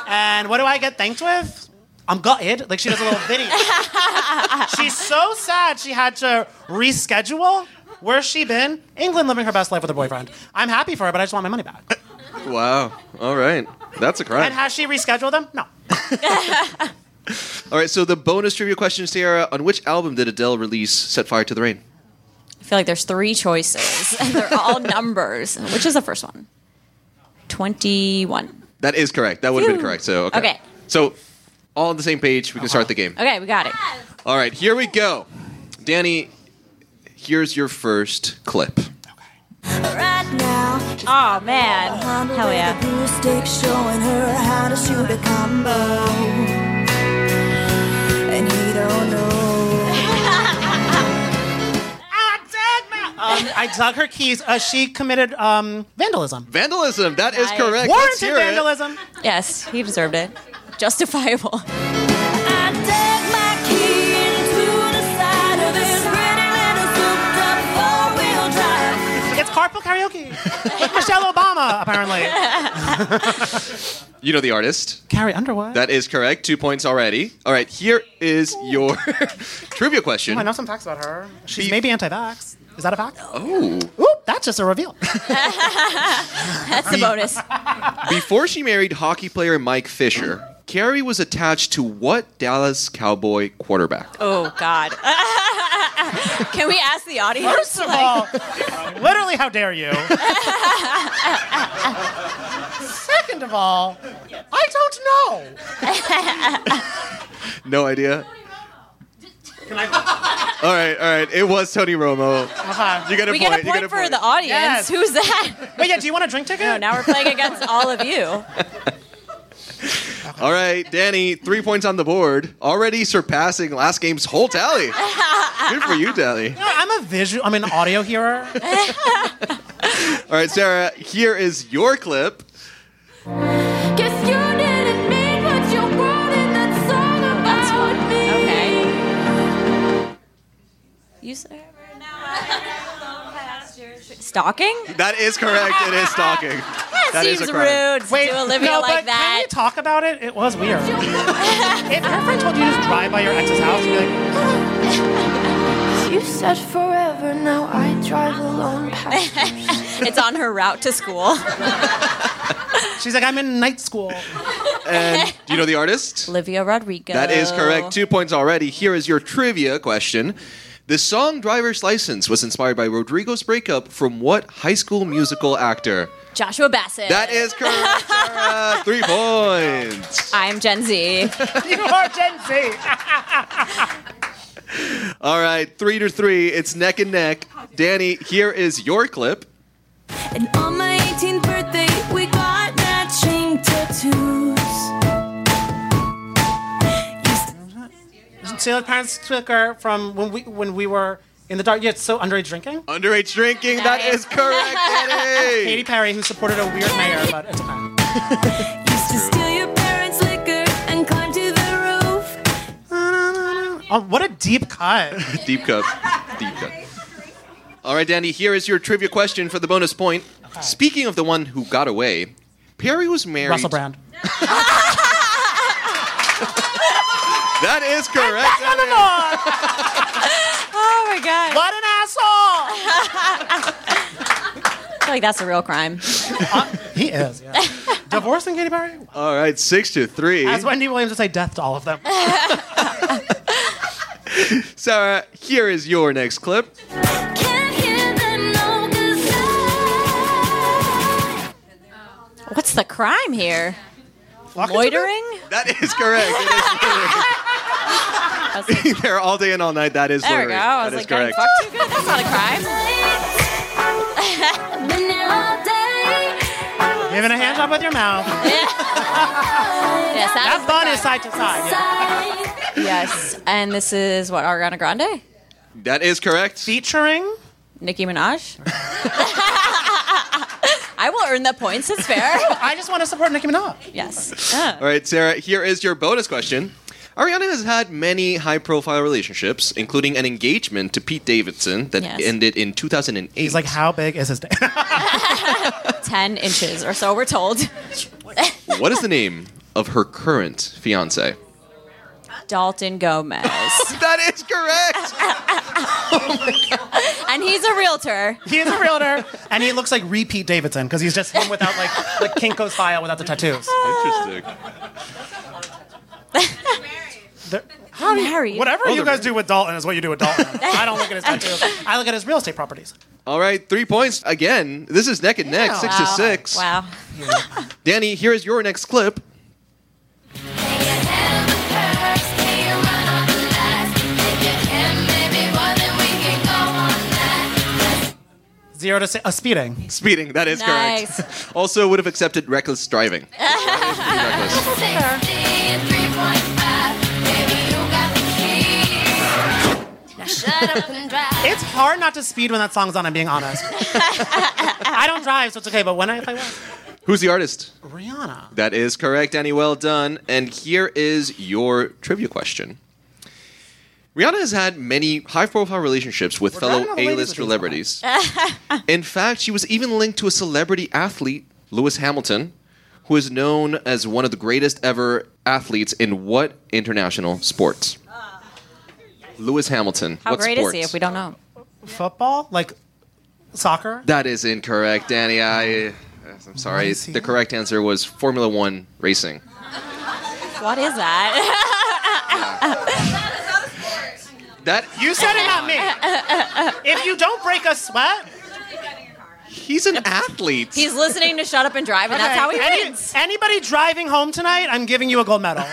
S2: and what do I get thanked with? I'm gutted. Like she does a little video. She's so sad she had to reschedule. Where's she been? England living her best life with her boyfriend. I'm happy for her, but I just want my money back.
S5: Wow. All right. That's a crime.
S2: And has she rescheduled them? No.
S5: All right. So the bonus trivia question, Sarah, on which album did Adele release "Set Fire to the Rain"?
S1: I feel like there's three choices, and they're all numbers. Which is the first one? 21.
S5: That is correct. That would have been
S1: Phew.
S5: correct. So okay.
S1: Okay. Uh-huh.
S5: So all on the same page, we can start the game.
S1: Okay, we got it.
S5: All right, here we go. Danny, here's your first clip.
S7: Right now,
S1: Oh, man. Hell yeah.
S7: blue stick showing her how to shoot a combo, and he don't know.
S2: Um, I dug her keys. Uh, she committed um, vandalism.
S5: Vandalism. That is
S1: Nice.
S5: correct. Let's
S2: Warranted
S5: hear it.
S2: vandalism.
S1: Yes, he deserved it. Justifiable.
S7: I dug my key into the side of this pretty little souped up four-wheel drive.
S2: It's carpool karaoke with Michelle Obama, apparently.
S5: You know the artist.
S2: Carrie Underwood.
S5: That is correct. Two points already. All right, here is your trivia question.
S2: I know some facts about her. She's
S5: Be-
S2: maybe anti-vax. Is that a fact?
S5: Ooh.
S2: Ooh, that's just a reveal.
S1: That's the bonus.
S5: Before she married hockey player Mike Fisher, Carrie was attached to what Dallas Cowboy quarterback?
S1: Oh, God. Can we ask the audience?
S2: First of all, literally, how dare you? Second of all, I don't know.
S5: No idea. all right, all right. It was Tony Romo.
S2: Uh-huh.
S5: You get a
S6: We
S5: point.
S6: get a
S5: you
S6: point for the audience.
S2: Yes.
S6: Who's that?
S2: Wait, yeah, do you want a drink ticket?
S6: No, now we're playing against all of you.
S5: All right, Danny, three points on the board, already surpassing last game's whole tally. Good for you, Danny.
S2: No, I'm a visual. I'm an audio hearer.
S5: All right, Sarah, here is your clip.
S8: Guess you didn't mean what you wrote in that song about me.
S6: Okay. You said stalking?
S5: That is correct. It is stalking. That is
S6: Seems
S5: a crime.
S6: rude to do Olivia
S2: no,
S6: like
S2: but can
S6: that.
S2: we talk about it? It was weird. if your friend told you to just drive by your ex's house, you'd be like,
S8: You said forever, now I drive alone past
S6: it's on her route to school.
S2: she's like, I'm in night school.
S5: And do you know the artist?
S6: Olivia Rodrigo.
S5: That is correct. Two points already. Here is your trivia question. The song Driver's License was inspired by Rodrigo's breakup from what high school musical actor?
S6: Joshua Bassett.
S5: That is correct. Sarah. Three points.
S6: I'm Gen Z.
S2: you are Gen Z.
S5: All right, three to three. It's neck and neck. Danny, here is your clip.
S8: And on my 18th birthday, we got matching tattoos.
S2: Taylor's parents took her from when we when we were in the dark. Yeah, it's so underage drinking.
S5: Underage drinking. That is correct,
S2: Katy
S5: Danny.
S2: Perry, who supported a weird mayor, but it's okay.
S8: Used to steal your parents' liquor and climb to the roof.
S2: Oh, what a deep cut.
S5: Deep cup. Deep cup. All right, Danny, here is your trivia question for the bonus point. Speaking of the one who got away, Perry was married.
S2: Russell Brand.
S5: That is correct. Danny.
S6: Oh my god.
S2: What an asshole!
S6: I feel like that's a real crime.
S2: He is. Yeah. Divorcing Katy Perry.
S5: All right, six to three.
S2: As Wendy Williams would say, death to all of them.
S5: Sarah, here is your next clip.
S8: Can't hear them no 'cause I
S6: What's the crime here?
S2: Walk into
S6: Loitering?
S5: That is correct. It is loitering. There all day and all night. That is
S6: There we go.
S5: loitering.
S6: I was
S5: That is
S6: like, getting
S5: correct.
S6: fucked too good? That's not a crime.
S8: I've been there all day.
S2: the- Giving a hand job with your mouth.
S6: Yes, that
S2: That
S6: is the
S2: bun is
S6: crime.
S2: side to side. Yeah.
S6: Yes. And this is what, Ariana Grande?
S5: That is correct.
S2: Featuring.
S6: Nicki Minaj? I will earn the points. It's fair.
S2: I just want to support Nicki Minaj.
S6: Yes. Uh,
S5: All right, Sarah, here is your bonus question. Ariana has had many high profile relationships, including an engagement to Pete Davidson that
S6: Yes.
S5: ended in 2008.
S2: He's like, how big is his dick?
S6: 10 inches or so, we're told.
S5: What is the name of her current fiance?
S6: Dalton Gomez.
S5: That is correct.
S6: And he's a realtor.
S2: he is a realtor, and he looks like repeat Davidson because he's just him without like like Kinko's file without the tattoos.
S5: Interesting.
S2: They're-
S6: How married.
S2: Whatever you guys do with Dalton is what you do with Dalton. I don't look at his tattoos. I look at his real estate properties.
S5: All right, three points again. This is neck and neck, six to six.
S6: Wow.
S5: Danny, here is your next clip.
S2: Zero to six. Uh, speeding.
S5: Speeding, that is correct. Also, would have accepted reckless driving. Reckless.
S2: It's hard not to speed when that song's on. I'm being honest. I don't drive, so it's okay. But when I if I was
S5: Who's the artist?
S2: Rihanna,
S5: That is correct, Danny. Well done. And here is your trivia question. Rihanna has had many high profile relationships with fellow
S2: driving all the
S5: A
S2: ladies
S5: list
S2: with these
S5: celebrities. In fact, she was even linked to a celebrity athlete, Lewis Hamilton, who is known as one of the greatest ever athletes in what international sport? Lewis Hamilton.
S6: Ah. How
S5: what
S6: great
S5: sport?
S6: is he if we don't know?
S2: football, like soccer.
S5: That is incorrect, Danny. I, uh, I'm sorry.
S2: Racing.
S5: The correct answer was Formula One racing.
S6: What is that?
S5: That
S2: You said it, not me. If you don't break a sweat,
S5: he's an athlete.
S6: He's listening to Shut Up and Drive, and that's how he
S2: any-
S6: wins.
S2: anybody driving home tonight, I'm giving you a gold medal.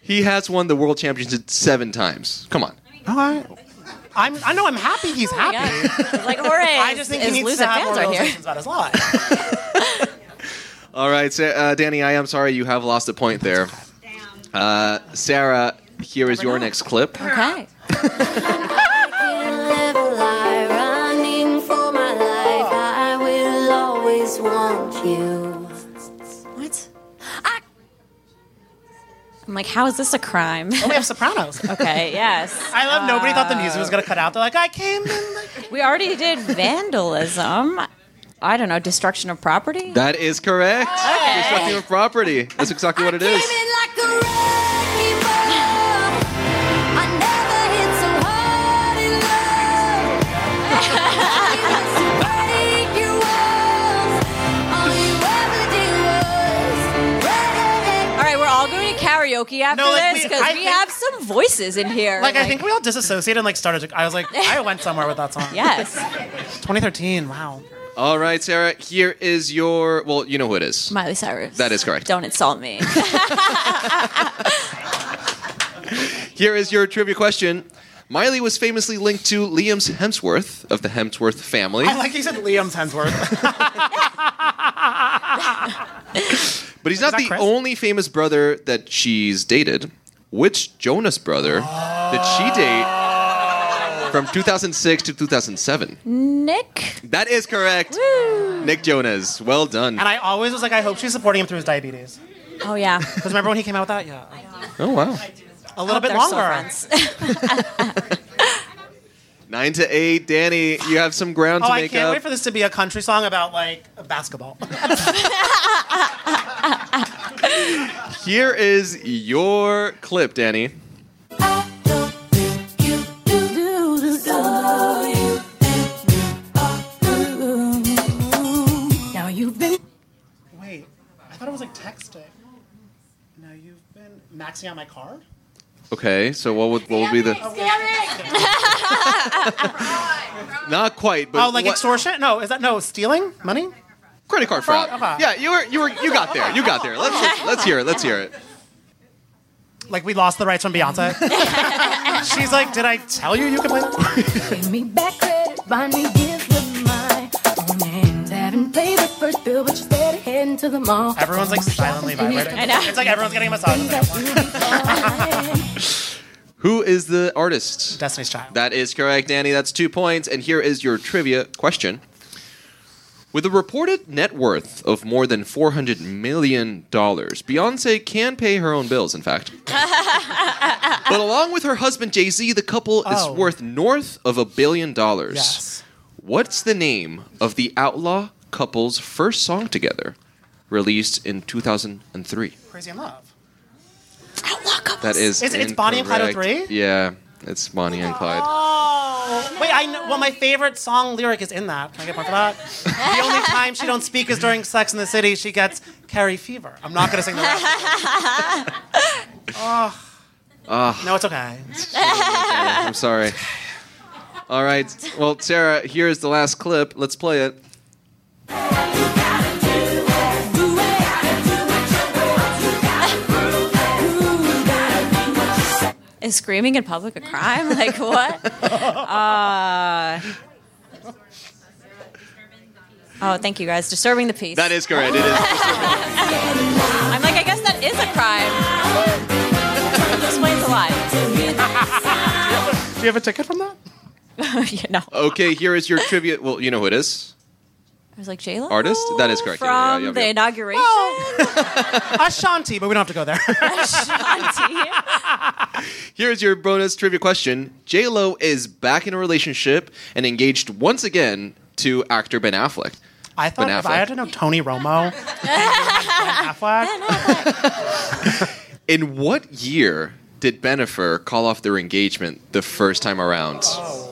S5: He has won the world championship seven times. Come on.
S2: All right. I'm, I know I'm happy he's happy.
S1: Like, hooray!
S2: I just think he
S1: is
S2: needs
S1: losing
S2: to have
S1: fans
S2: more
S1: right here.
S2: realizations about his life.
S5: All right, Sa- uh, Danny, I am sorry you have lost a point there. Uh, Sarah, here is your next clip.
S1: Okay. What? I- I'm like, how is this a crime?
S2: Oh, we have Sopranos.
S1: okay, yes.
S2: I love nobody thought the music was going to cut out. They're like, I came in. Like,
S1: We already did vandalism. I don't know, destruction of property?
S5: That is correct. Destruction of property. That's exactly what it is.
S1: all right, we're all going to karaoke after
S2: No, like,
S1: this
S2: we-
S1: because
S2: I
S1: we,
S2: think-
S1: have some voices in here.
S2: like, I think we all disassociated and like started. To, I was like, I went somewhere with that song.
S1: Yes.
S2: 2013. Wow.
S5: All right, Sarah, here is your. Well, you know who it is.
S1: Miley Cyrus.
S5: That is correct.
S1: Don't insult me.
S5: Here is your trivia question. Miley was famously linked to Liam's Hemsworth of the Hemsworth family,
S2: I like you said Liam's Hemsworth.
S5: but he's not
S2: that
S5: the
S2: Chris?
S5: only famous brother that she's dated. Which Jonas brother did she date from 2006 to 2007?
S1: Nick?
S5: That is correct. Nick Jonas. Well done.
S2: and I always was like, I hope she's supporting him through his diabetes.
S1: Oh, yeah.
S2: Because remember when he came out with that? Yeah.
S5: Oh, wow.
S2: A little bit
S1: They're still
S2: longer.
S1: friends.
S5: Nine to eight. Danny, you have some ground
S2: Oh,
S5: to
S2: I
S5: make
S2: can't
S5: up.
S2: wait for this to be a country song about like basketball.
S5: Here is your clip, Danny.
S1: now you've been.
S2: wait, I thought it was like texting. Now you've been maxing out my card.
S5: Okay, so what would, what would be the. Not quite, but.
S2: Oh, like
S5: what-
S2: extortion? No, is that no stealing money?
S5: credit card fraud.
S2: Okay.
S5: Yeah, you were, you were, you got there. You got there. Let's, let's, let's hear it. Let's hear it.
S2: Like we lost the rights from Beyonce. She's like, did I tell you you could play?
S8: Give me back credit, buy me gifts with my own hands. Haven't paid the first bill, but you said heading to the mall.
S2: Everyone's like silently vibrating.
S1: I know.
S2: It's like everyone's getting a massage.
S5: Who is the artist?
S2: Destiny's Child.
S5: That is correct, Danny. That's two points. And here is your trivia question. With a reported net worth of more than $400 million, Beyonce can pay her own bills, in fact. but along with her husband, Jay Z, the couple
S2: Oh.
S5: is worth north of a billion dollars.
S2: yes.
S5: What's the name of the outlaw couple's first song together, released in 2003?
S2: Crazy in Love.
S5: That is.
S2: Is it- it's Bonnie and Clyde
S5: incorrect.
S2: 03?
S5: Yeah, it's Bonnie and Clyde.
S2: Oh wait, I know. Well, my favorite song lyric is in that. Can I get one for that? the only time she don't speak is during Sex in the City. She gets Carrie fever. I'm not gonna sing the rest. oh. no, it's okay.
S5: I'm sorry. All right. Well, Sarah, here is the last clip. Let's play it.
S1: Is screaming in public a crime? Like, what? Uh, oh, thank you guys. Disturbing the peace.
S5: That is correct. It is.
S1: I'm like, I guess that is a crime. Explains a
S2: Do you have a ticket from that?
S1: lot. you know.
S5: Okay, here is your trivia. Well, you know who it is.
S1: I was like, Jayla?
S5: Artist? That is correct. Yeah,
S1: From
S5: yeah, yeah,
S1: the
S5: yeah.
S1: inauguration.
S2: Ashanti, but we don't have to go there.
S5: Here's your bonus trivia question. J Lo is back in a relationship and engaged once again to actor Ben Affleck.
S2: I thought
S5: Ben
S2: if I
S5: Affleck.
S2: had to know Tony Romo, and Ben Affleck,
S5: In what year did Benifer call off their engagement the first time around?
S2: Oh.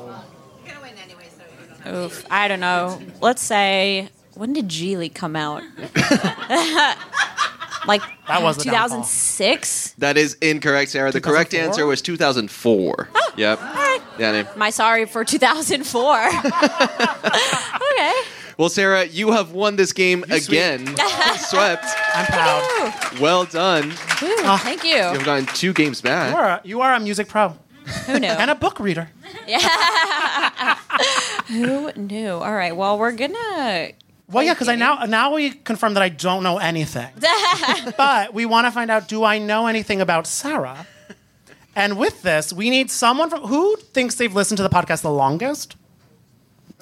S1: Oof. I don't know. Let's say, when did Geely come out? like,
S2: That was the downfall.
S1: 2006?
S5: That is incorrect, Sarah. The correct
S2: 2004?
S5: answer was 2004. Yep. Danny.
S1: My sorry for 2004. okay.
S5: Well, Sarah, you have won this game again. Swept.
S2: I'm proud.
S5: Well done.
S2: Ah.
S1: Thank you.
S5: I've gotten two games back.
S2: You are a, you are a music pro
S1: Who knew?
S2: and a book reader.
S1: Who knew? All right. Well, we're gonna.
S2: Well, yeah, because I now now we confirm that I don't know anything. but we want to find out: Do I know anything about Sarah? And with this, we need someone from who thinks they've listened to the podcast the longest.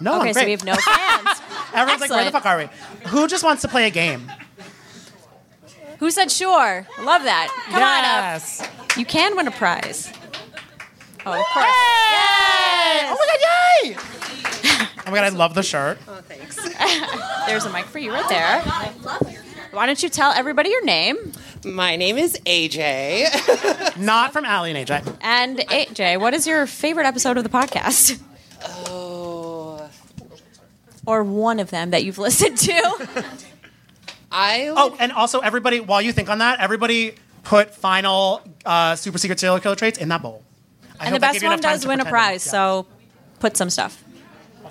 S2: No one.
S1: Okay, so
S2: Oh, Great.
S1: we have no fans.
S2: Everyone's like, "Where the
S1: Excellent.
S2: fuck are we?" Who just wants to play a game?
S1: Who said sure? Love that. Come
S2: yes.
S1: on up. You can win a prize. Oh, of course.
S2: Oh my god! Yay! oh my god! I love the shirt.
S1: There's a mic for you right there. Why don't you tell everybody your name?
S8: My name is AJ.
S2: Not from Allie and Oh, AJ.
S1: And AJ, what is your favorite episode of the podcast?
S8: Oh,
S1: Or one of them that you've listened to?
S8: I
S2: Oh, and also everybody, while you think on that, everybody put final uh, super secret serial killer traits in that bowl. I
S1: And
S2: hope
S1: the
S2: that
S1: best
S2: gave you enough
S1: one
S2: time
S1: does
S2: to
S1: win a
S2: pretend it.
S1: prize,
S2: Yeah.
S1: so put some stuff.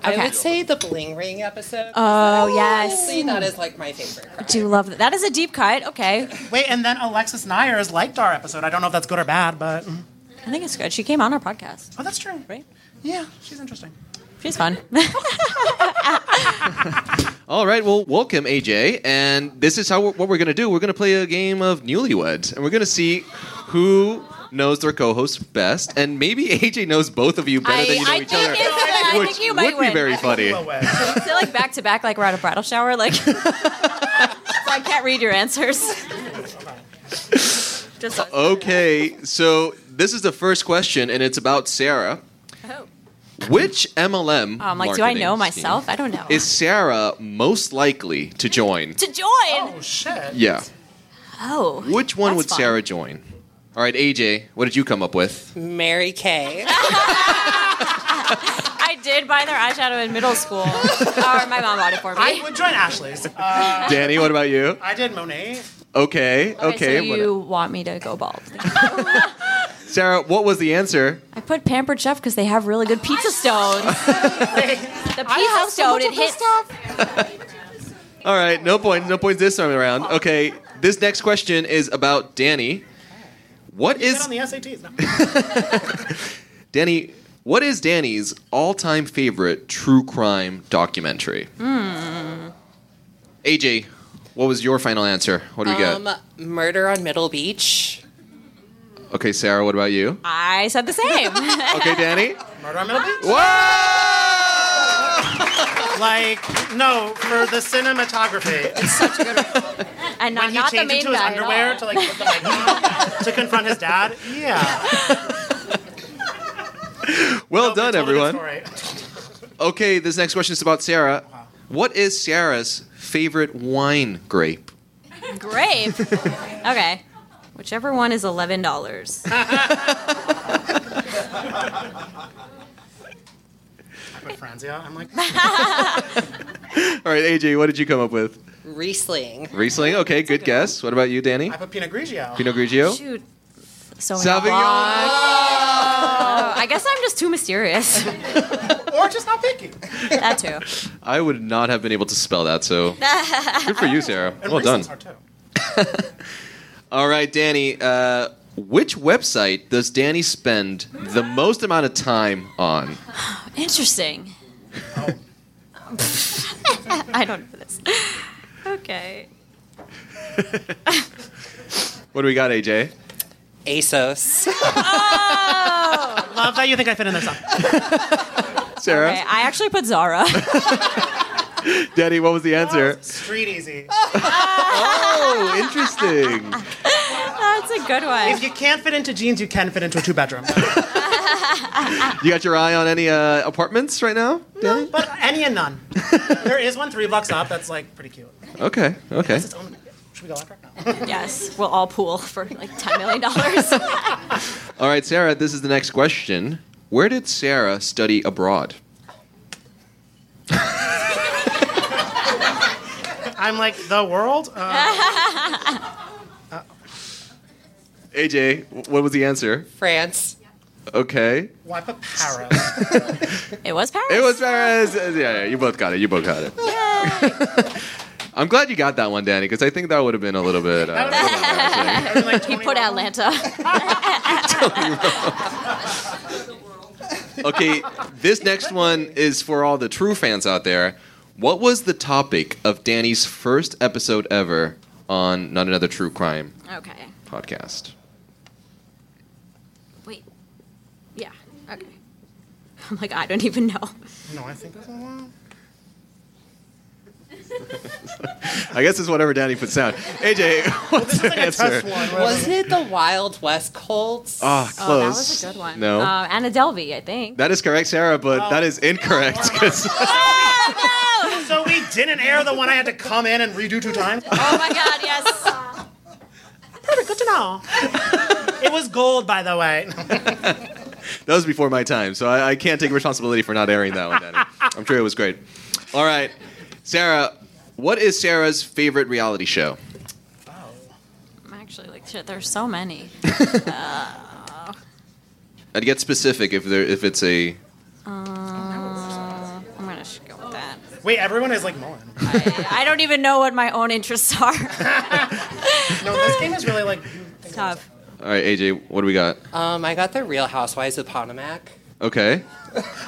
S8: I
S1: okay.
S8: would say the bling ring episode.
S1: Oh,
S8: Honestly,
S1: yes.
S8: that is like my favorite. crime.
S1: Do love that. That is a deep cut. Okay.
S2: wait, and then Alexis Nyers liked our episode. I don't know if that's good or bad, but mm.
S1: I think it's good. She came on our podcast.
S2: oh, that's true.
S1: Right?
S2: Yeah, she's interesting.
S1: She's fun.
S5: All right, well, welcome, AJ. And this is how we're, what we're going to do. We're going to play a game of newlyweds, and we're going to see who knows their co-host best, and maybe AJ knows both of you better
S1: I-
S5: than you know
S1: I
S5: each
S1: think
S5: other,
S1: it's- I
S5: which
S1: think you
S5: would
S1: might
S5: be
S1: win.
S5: very
S1: I
S5: funny.
S2: Well, wait.
S1: Is it like back to back, like we're at a bridal shower? Like, so I can't read your answers. Just
S5: Okay, so this is the first question, and it's about Sarah. Which MLM?
S1: I'm Um, like, do I know
S5: marketing scheme
S1: myself? I don't know.
S5: Is Sarah most likely to join?
S1: to join.
S2: oh shit.
S5: Yeah.
S1: Oh,
S5: Which one
S1: That's
S5: would
S1: fun.
S5: Sarah join? All right, AJ, what did you come up with?
S8: Mary Kay.
S1: I did buy their eyeshadow in middle school, or my mom bought it for me.
S2: I would join Ashley's. Uh,
S5: Danny, what about you?
S2: I did Monet.
S5: Okay, okay.
S1: so
S5: what-
S1: you want me to go bald?
S5: Sarah, what was the answer?
S1: I put pampered chef because they have really good pizza stones. the pizza
S2: have so
S1: stone
S2: much
S1: it
S2: of this
S1: hits.
S5: All right, no points, no points this time around. Okay, this next question is about Danny. What
S2: Get
S5: is
S2: on the SATs. No.
S5: Danny? What is Danny's all-time favorite true crime documentary?
S8: Hmm.
S5: AJ, what was your final answer? What do we
S8: Um, Murder on Middle Beach.
S5: got? Okay, Sarah, what about you?
S1: I said the same.
S5: Okay, Danny.
S2: Murder on Middle Beach.
S5: Whoa!
S2: Like no, for the cinematography.
S1: And not,
S2: When he
S1: not the
S2: changed
S1: main
S2: into his
S1: guy at all.
S2: underwear to like put the mic on to confront his dad. Yeah.
S5: Well done,
S2: Totally good
S5: everyone.
S2: story.
S5: Okay, this next question is about Sarah. What is Sarah's favorite wine grape?
S1: Grape. Okay. Whichever one is eleven dollars.
S2: My friends, yeah. I'm like,
S5: All right, AJ, what did you come up with?
S8: Riesling.
S5: Riesling. Okay, good guess. What about you, Danny?
S2: I put Pinot Grigio.
S5: Pinot Grigio.
S1: Shoot. So many
S5: Sauvignon.
S1: Oh, I guess I'm just too mysterious.
S2: or just not picky.
S1: that too.
S5: I would not have been able to spell that, so good for you, Sarah.
S2: And
S5: Well done.
S2: Riesling's hard, too.
S5: All right, Danny. Uh, which website does Danny spend the most amount of time on?
S1: Interesting.
S5: Oh.
S1: I don't know this. Okay.
S5: What do we got, AJ?
S8: ASOS.
S2: Love that you think I fit in there. Song.
S5: Sarah,
S1: Okay, I actually put Zara.
S5: Danny, what was the answer?
S2: Street easy.
S5: Oh, interesting.
S1: That's a good
S2: If
S1: one.
S2: you can't fit into jeans, you can fit into a two bedroom.
S5: You got your eye on any uh, apartments right now? Danny?
S2: But any and none. There is one three blocks up that's like pretty cute.
S5: Okay, okay.
S2: It's own- Should we go after? it? No.
S1: Yes, we'll all pool for like ten million dollars.
S5: All right, Sarah, this is the next question. Where did Sarah study abroad?
S2: I'm like the world. Uh,
S5: AJ, wh- what was the answer?
S8: France.
S5: Okay.
S2: well, I put Paris.
S1: it was Paris.
S5: It was Paris. Yeah, yeah, you both got it. You both got it. I'm glad you got that one, Danny, because I think that would have been a little bit. Uh, embarrassing.
S1: He put Atlanta.
S5: okay, this next one is for all the true fans out there. What was the topic of Danny's first episode ever on Not Another True Crime
S1: okay.
S5: podcast?
S1: Wait. Yeah. Okay. I'm like, I don't even know.
S2: No, I think that's one.
S5: I guess it's whatever Danny puts down. AJ, what's the answer?
S9: Wasn't it the Wild West Colts?
S5: Ah, close.
S1: Oh, that was a good one.
S5: No.
S1: Uh, oh. Anna Delvey, I think.
S5: that is correct, Sarah, but that is incorrect. 'cause-
S2: So we didn't air the one I had to come in and redo two times.
S1: oh my God, yes.
S2: Good to know. It was gold, by the way.
S5: That was before my time, so I, I can't take responsibility for not airing that one, Danny. I'm sure it was great. All right, Sarah, what is Sarah's favorite reality show?
S1: I'm actually like, shit, there's so many.
S5: I'd get specific if there if it's a
S1: Uh, I'm going to go with that.
S2: Wait, everyone is like Mullen.
S1: I don't even know what my own interests are.
S2: No, this game is really like.
S1: Tough.
S5: All right, AJ, what do we got?
S1: Uh.
S8: Oh
S9: Um, I got the Real Housewives of Potomac.
S5: Okay.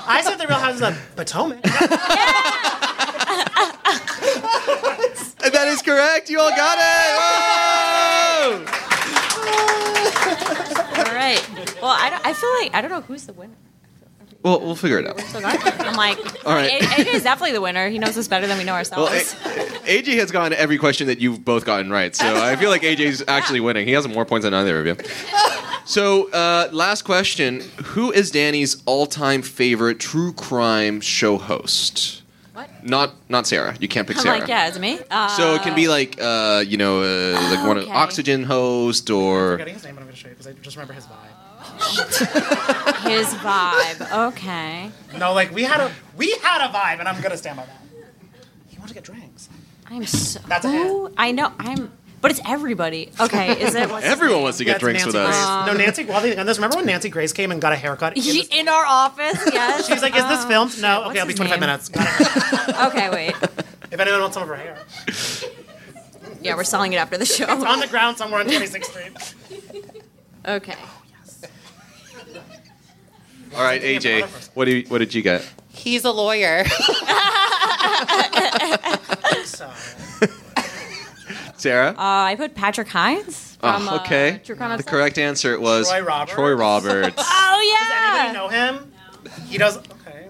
S2: I said the Real Houses of Potomac.
S5: And that is correct. You all got it. Whoa!
S1: All right. Well, I, don't, I feel like, I don't know who's the winner.
S5: Well, we'll figure it out.
S1: So that's- I'm like,
S5: All right.
S1: A- AJ is definitely the winner. He knows us better than we know
S5: Well,
S1: ourselves.
S5: A- AJ has gotten every question that you've both gotten right, so I feel like AJ's actually winning. He has more points than either of you. So, uh, last question: Who is Danny's all-time favorite true crime show host?
S1: What?
S5: Not, not Sarah. You can't pick
S1: I'm
S5: Sarah.
S1: like, yeah, it's me. Uh,
S5: So it can be like, uh, you know, uh, like one of
S1: okay.
S5: Oxygen host or
S2: forgetting his name, but I'm going to show you because I just remember his vibe.
S1: his vibe. Okay.
S2: No, like we had a we had a vibe, and I'm going to stand by that. He wanted to get drinks.
S1: I'm so.
S2: That's a
S1: Who? I know. I'm. But it's everybody. Okay. Is it? what's-
S5: everyone wants to get
S2: That's
S5: drinks
S2: Nancy
S5: with us.
S2: Grace. no, Nancy. Well, the- and this, remember when Nancy Grace came and got a haircut? It
S1: Ye-
S2: was-
S1: in our office? Yes.
S2: She's like, "Is this filmed?" No.
S1: what's
S2: Okay, I'll be
S1: his
S2: 25
S1: name?
S2: minutes. Got it.
S5: "Oh."
S1: Okay. Wait.
S2: if anyone wants some of her hair,
S1: Yeah, we're selling it after the
S2: it's
S1: show.
S2: on the ground somewhere on 26th Street.
S1: Okay.
S5: All right, AJ, what do you, what did you get?
S9: He's a lawyer.
S2: So
S5: Sarah.
S1: Uh, I put Patrick Hines. From,
S5: Oh, okay.
S1: Uh, True Crime
S5: the
S1: Obsessed.
S5: correct answer was
S2: Troy Roberts.
S5: Troy Roberts.
S1: Oh
S2: anybody
S1: yeah.
S2: know him? He does. Okay.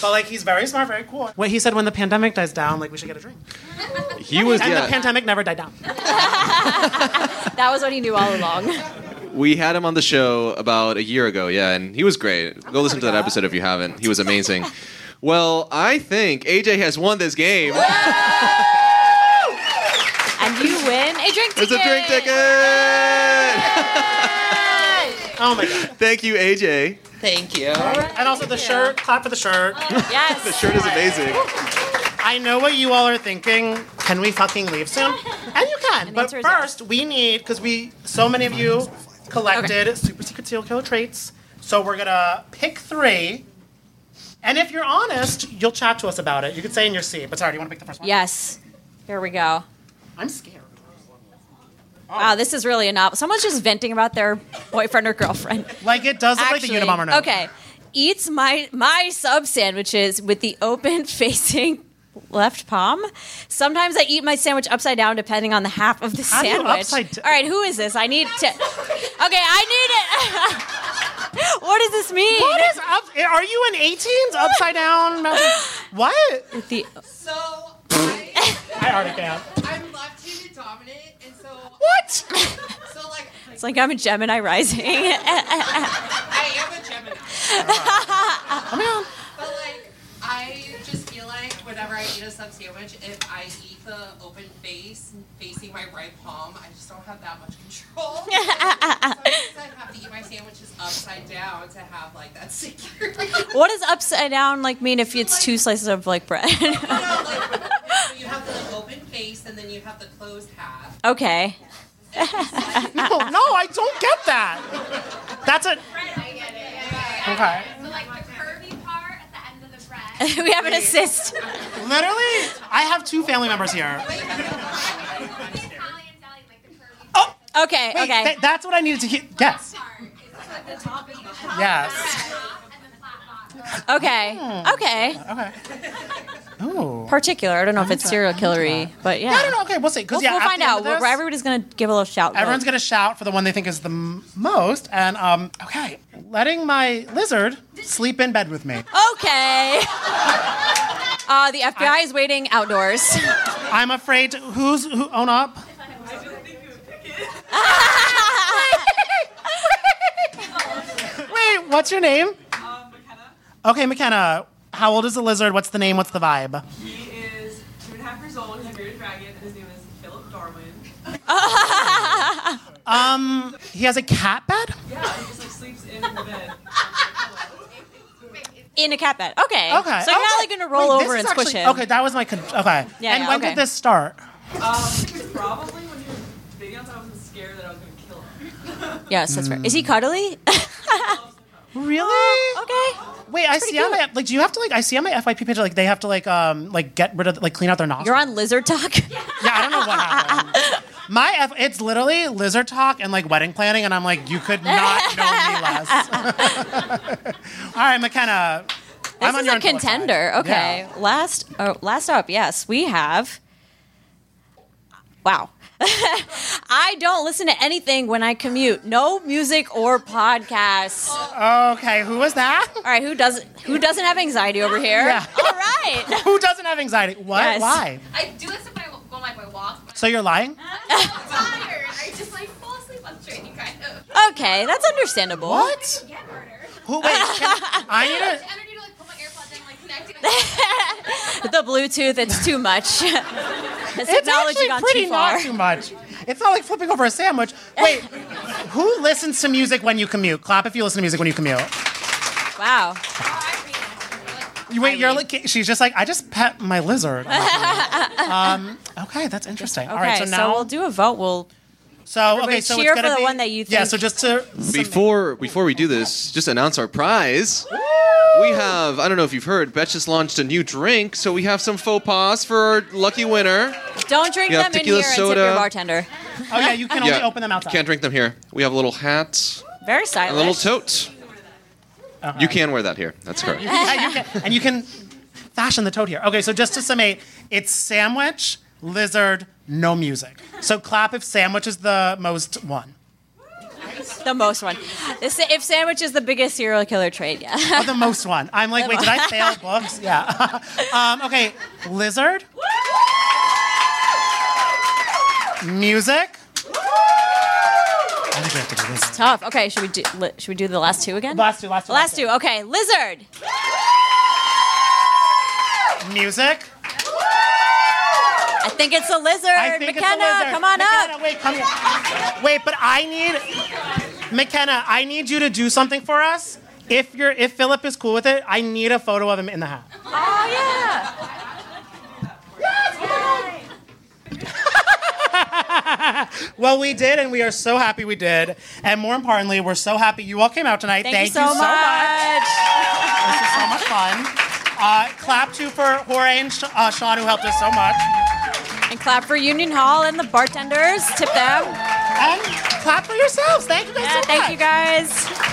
S2: but like, he's very smart, very cool. What he said when the pandemic dies down, like we should get a drink.
S5: he was
S2: And the
S5: yeah.
S2: pandemic never died down.
S1: That was what he knew all along.
S5: We had him on the show about a year ago, yeah, and he was great. Go listen to that episode if you haven't. He was amazing. well, I think AJ has won this game.
S1: And you win a drink ticket.
S5: It's a drink ticket.
S2: Oh my god!
S5: Thank you, AJ.
S9: Thank you.
S2: And also the shirt. Clap for the shirt.
S1: Yes.
S5: The shirt is amazing.
S2: I know what you all are thinking. Can we fucking leave soon? And you can. But
S1: answer is yes.
S2: first, we need because we so many of you collected super secret serial killer traits. So we're gonna pick three. And if you're honest, you'll chat to us about it. You could say in your seat. But sorry, do you want to pick the first one?
S1: Yes. Here we go.
S2: I'm scared.
S1: Wow, Oh, this is really a novel. Someone's just venting about their boyfriend or girlfriend.
S2: Like it does look like the Unabomber now.
S1: Okay. Eats my my sub sandwiches with the open facing left palm. Sometimes I eat my sandwich upside down depending on the half of the
S2: How do you
S1: sandwich.
S2: upside d-
S1: All right, who is this? I need to Okay, I need it. what does this mean?
S2: What is up? Are you an 18s upside down? mountain- What?
S1: With the
S8: So I,
S2: I already can't.
S8: I'm left-handed dominant, and so
S2: What?
S8: so like
S1: It's like I'm a Gemini rising.
S8: I am a Gemini. But like I just feel like whenever I eat a sub sandwich, if I eat the open face facing my right palm, I just don't have that much control. so I have to eat my sandwiches upside down to have like that security.
S1: what does upside down like mean if it's two slices of like bread?
S8: You know, like, you have the open face and then you have the closed half.
S1: okay.
S2: No, no, I don't get that. That's a
S8: I get it.
S2: okay.
S8: So like the curvy part at the end of the bread.
S1: we have an assist.
S2: Literally, I have two family members here.
S1: Okay,
S2: Oh, Wait,
S1: okay.
S2: th- that's what I needed to hear. Yes. Yes.
S1: Okay. Okay.
S2: Okay. Oh.
S1: Particular. I don't know if it's serial killery, but yeah.
S2: I don't know. Okay, we'll see. 'cause,
S1: We'll,
S2: yeah,
S1: we'll
S2: at the
S1: find
S2: end
S1: out.
S2: of this-
S1: We're- everybody's gonna give a little shout. vote.
S2: Everyone's gonna shout for the one they think is the m- most, and um, okay, letting my lizard sleep in bed with me.
S1: Okay. Uh, the FBI is waiting outdoors.
S2: I'm afraid. To, who's who? oh, Own up. Wait, what's your name?
S7: Um,
S2: Okay, McKenna. How old is the lizard? What's the name? What's the vibe?
S7: He is two and a half years old. He's a bearded dragon, and his name is Philip Darwin.
S2: Um, he has a cat bed.
S7: Yeah, he just like sleeps in the bed.
S1: In a cat bed. Okay.
S2: Okay.
S1: So you're
S2: okay.
S1: not like gonna roll
S2: Wait, this
S1: over
S2: is
S1: and squish
S2: actually-
S1: him.
S2: Okay, that was my con- okay.
S1: Yeah,
S2: and
S1: yeah,
S2: when
S1: okay.
S2: did this start?
S7: Um, probably when he was big enough, I was scared that I was gonna kill him.
S1: Yes, that's right. Is he cuddly?
S2: Really?
S1: okay.
S2: Wait, I see on my like. Do you have to like? I see on my FYP page like they have to like um like get rid of like clean out their nostrils.
S1: You're on lizard talk.
S2: yeah, I don't know what happened. My F, it's literally lizard talk and like wedding planning, and I'm like, you could not know me less. All right, McKenna.
S1: This
S2: I'm on
S1: is
S2: your
S1: a
S2: until it's fine.
S1: contender. Okay.
S2: Yeah.
S1: Last oh, last up, yes, we have Wow. I don't listen to anything when I commute. No music or podcasts.
S2: Okay, who was that?
S1: All right, who doesn't who doesn't have anxiety over here?
S2: Yeah.
S1: All right.
S2: who doesn't have anxiety? What?
S1: Yes.
S2: Why?
S10: I do this if I go on like my walk. but
S2: So you're lying?
S10: I'm so tired. I just like fall asleep on the train, kind of.
S1: Okay, that's understandable.
S2: What?
S10: Yeah, murder.
S2: Who? Wait, can, I need
S10: I
S2: to.
S10: have energy to like put my AirPods in, like connect it. I
S1: The Bluetooth, it's too much. Has
S2: It's
S1: technology
S2: actually
S1: gone
S2: pretty
S1: too far?
S2: not too much. It's not like flipping over a sandwich. Wait, who listens to music when you commute? Clap if you listen to music when you commute.
S1: wow.
S2: You- Wait, you're like she's just like I just pet my lizard. um, okay, that's interesting. All right,
S1: Okay,
S2: so
S1: so,
S2: now
S1: we'll do a vote. We'll
S2: so okay, so
S1: cheer
S2: it's gonna
S1: for the
S2: be
S1: one that you
S2: yeah.
S1: think-
S2: So just to
S5: Before before we do this, just announce our prize. We have I don't know if you've heard, Betch just launched a new drink, so we have some faux pas for our lucky winner.
S1: don't drink
S5: Yeah,
S1: them in here
S5: tequila
S1: and tip
S5: soda.
S1: your bartender.
S2: oh yeah, you can only open them outside.
S5: Can't drink them here. We have a little hat,
S1: Very
S5: a
S1: silent.
S5: little tote. You can wear that here. That's correct.
S2: Yeah, you can- and you can fashion the toad here. Okay, so just to summate, it's sandwich, lizard, no music. So clap if sandwich is the most one.
S1: the most one. The sa- If sandwich is the biggest serial killer trait, yeah.
S2: Oh, the most one. I'm like, wait, did I fail books? Yeah. um, okay, lizard. Music. I think we have to do this.
S1: Tough. Okay, should we do li- should we do the last two again?
S2: Last two, last two,
S1: Last two. Okay, lizard.
S2: Music.
S1: I think it's a lizard.
S2: I think
S1: McKenna,
S2: it's a lizard.
S1: come on
S2: McKenna,
S1: up.
S2: Wait, come here. Wait, but I need McKenna. I need you to do something for us. If you're, if Philip is cool with it, I need a photo of him in the hat.
S1: Oh yeah.
S2: Well, we did, and we are so happy we did. And more importantly, we're so happy you all came out tonight.
S1: Thank, you so much.
S2: This was so much fun. Uh, clap too for Jorge and Sh- uh, Sean who helped us so much.
S1: And clap for Union Hall and the bartenders. Tip them.
S2: And clap for yourselves. Thank you guys
S1: Yeah,
S2: so
S1: thank
S2: much.
S1: you guys.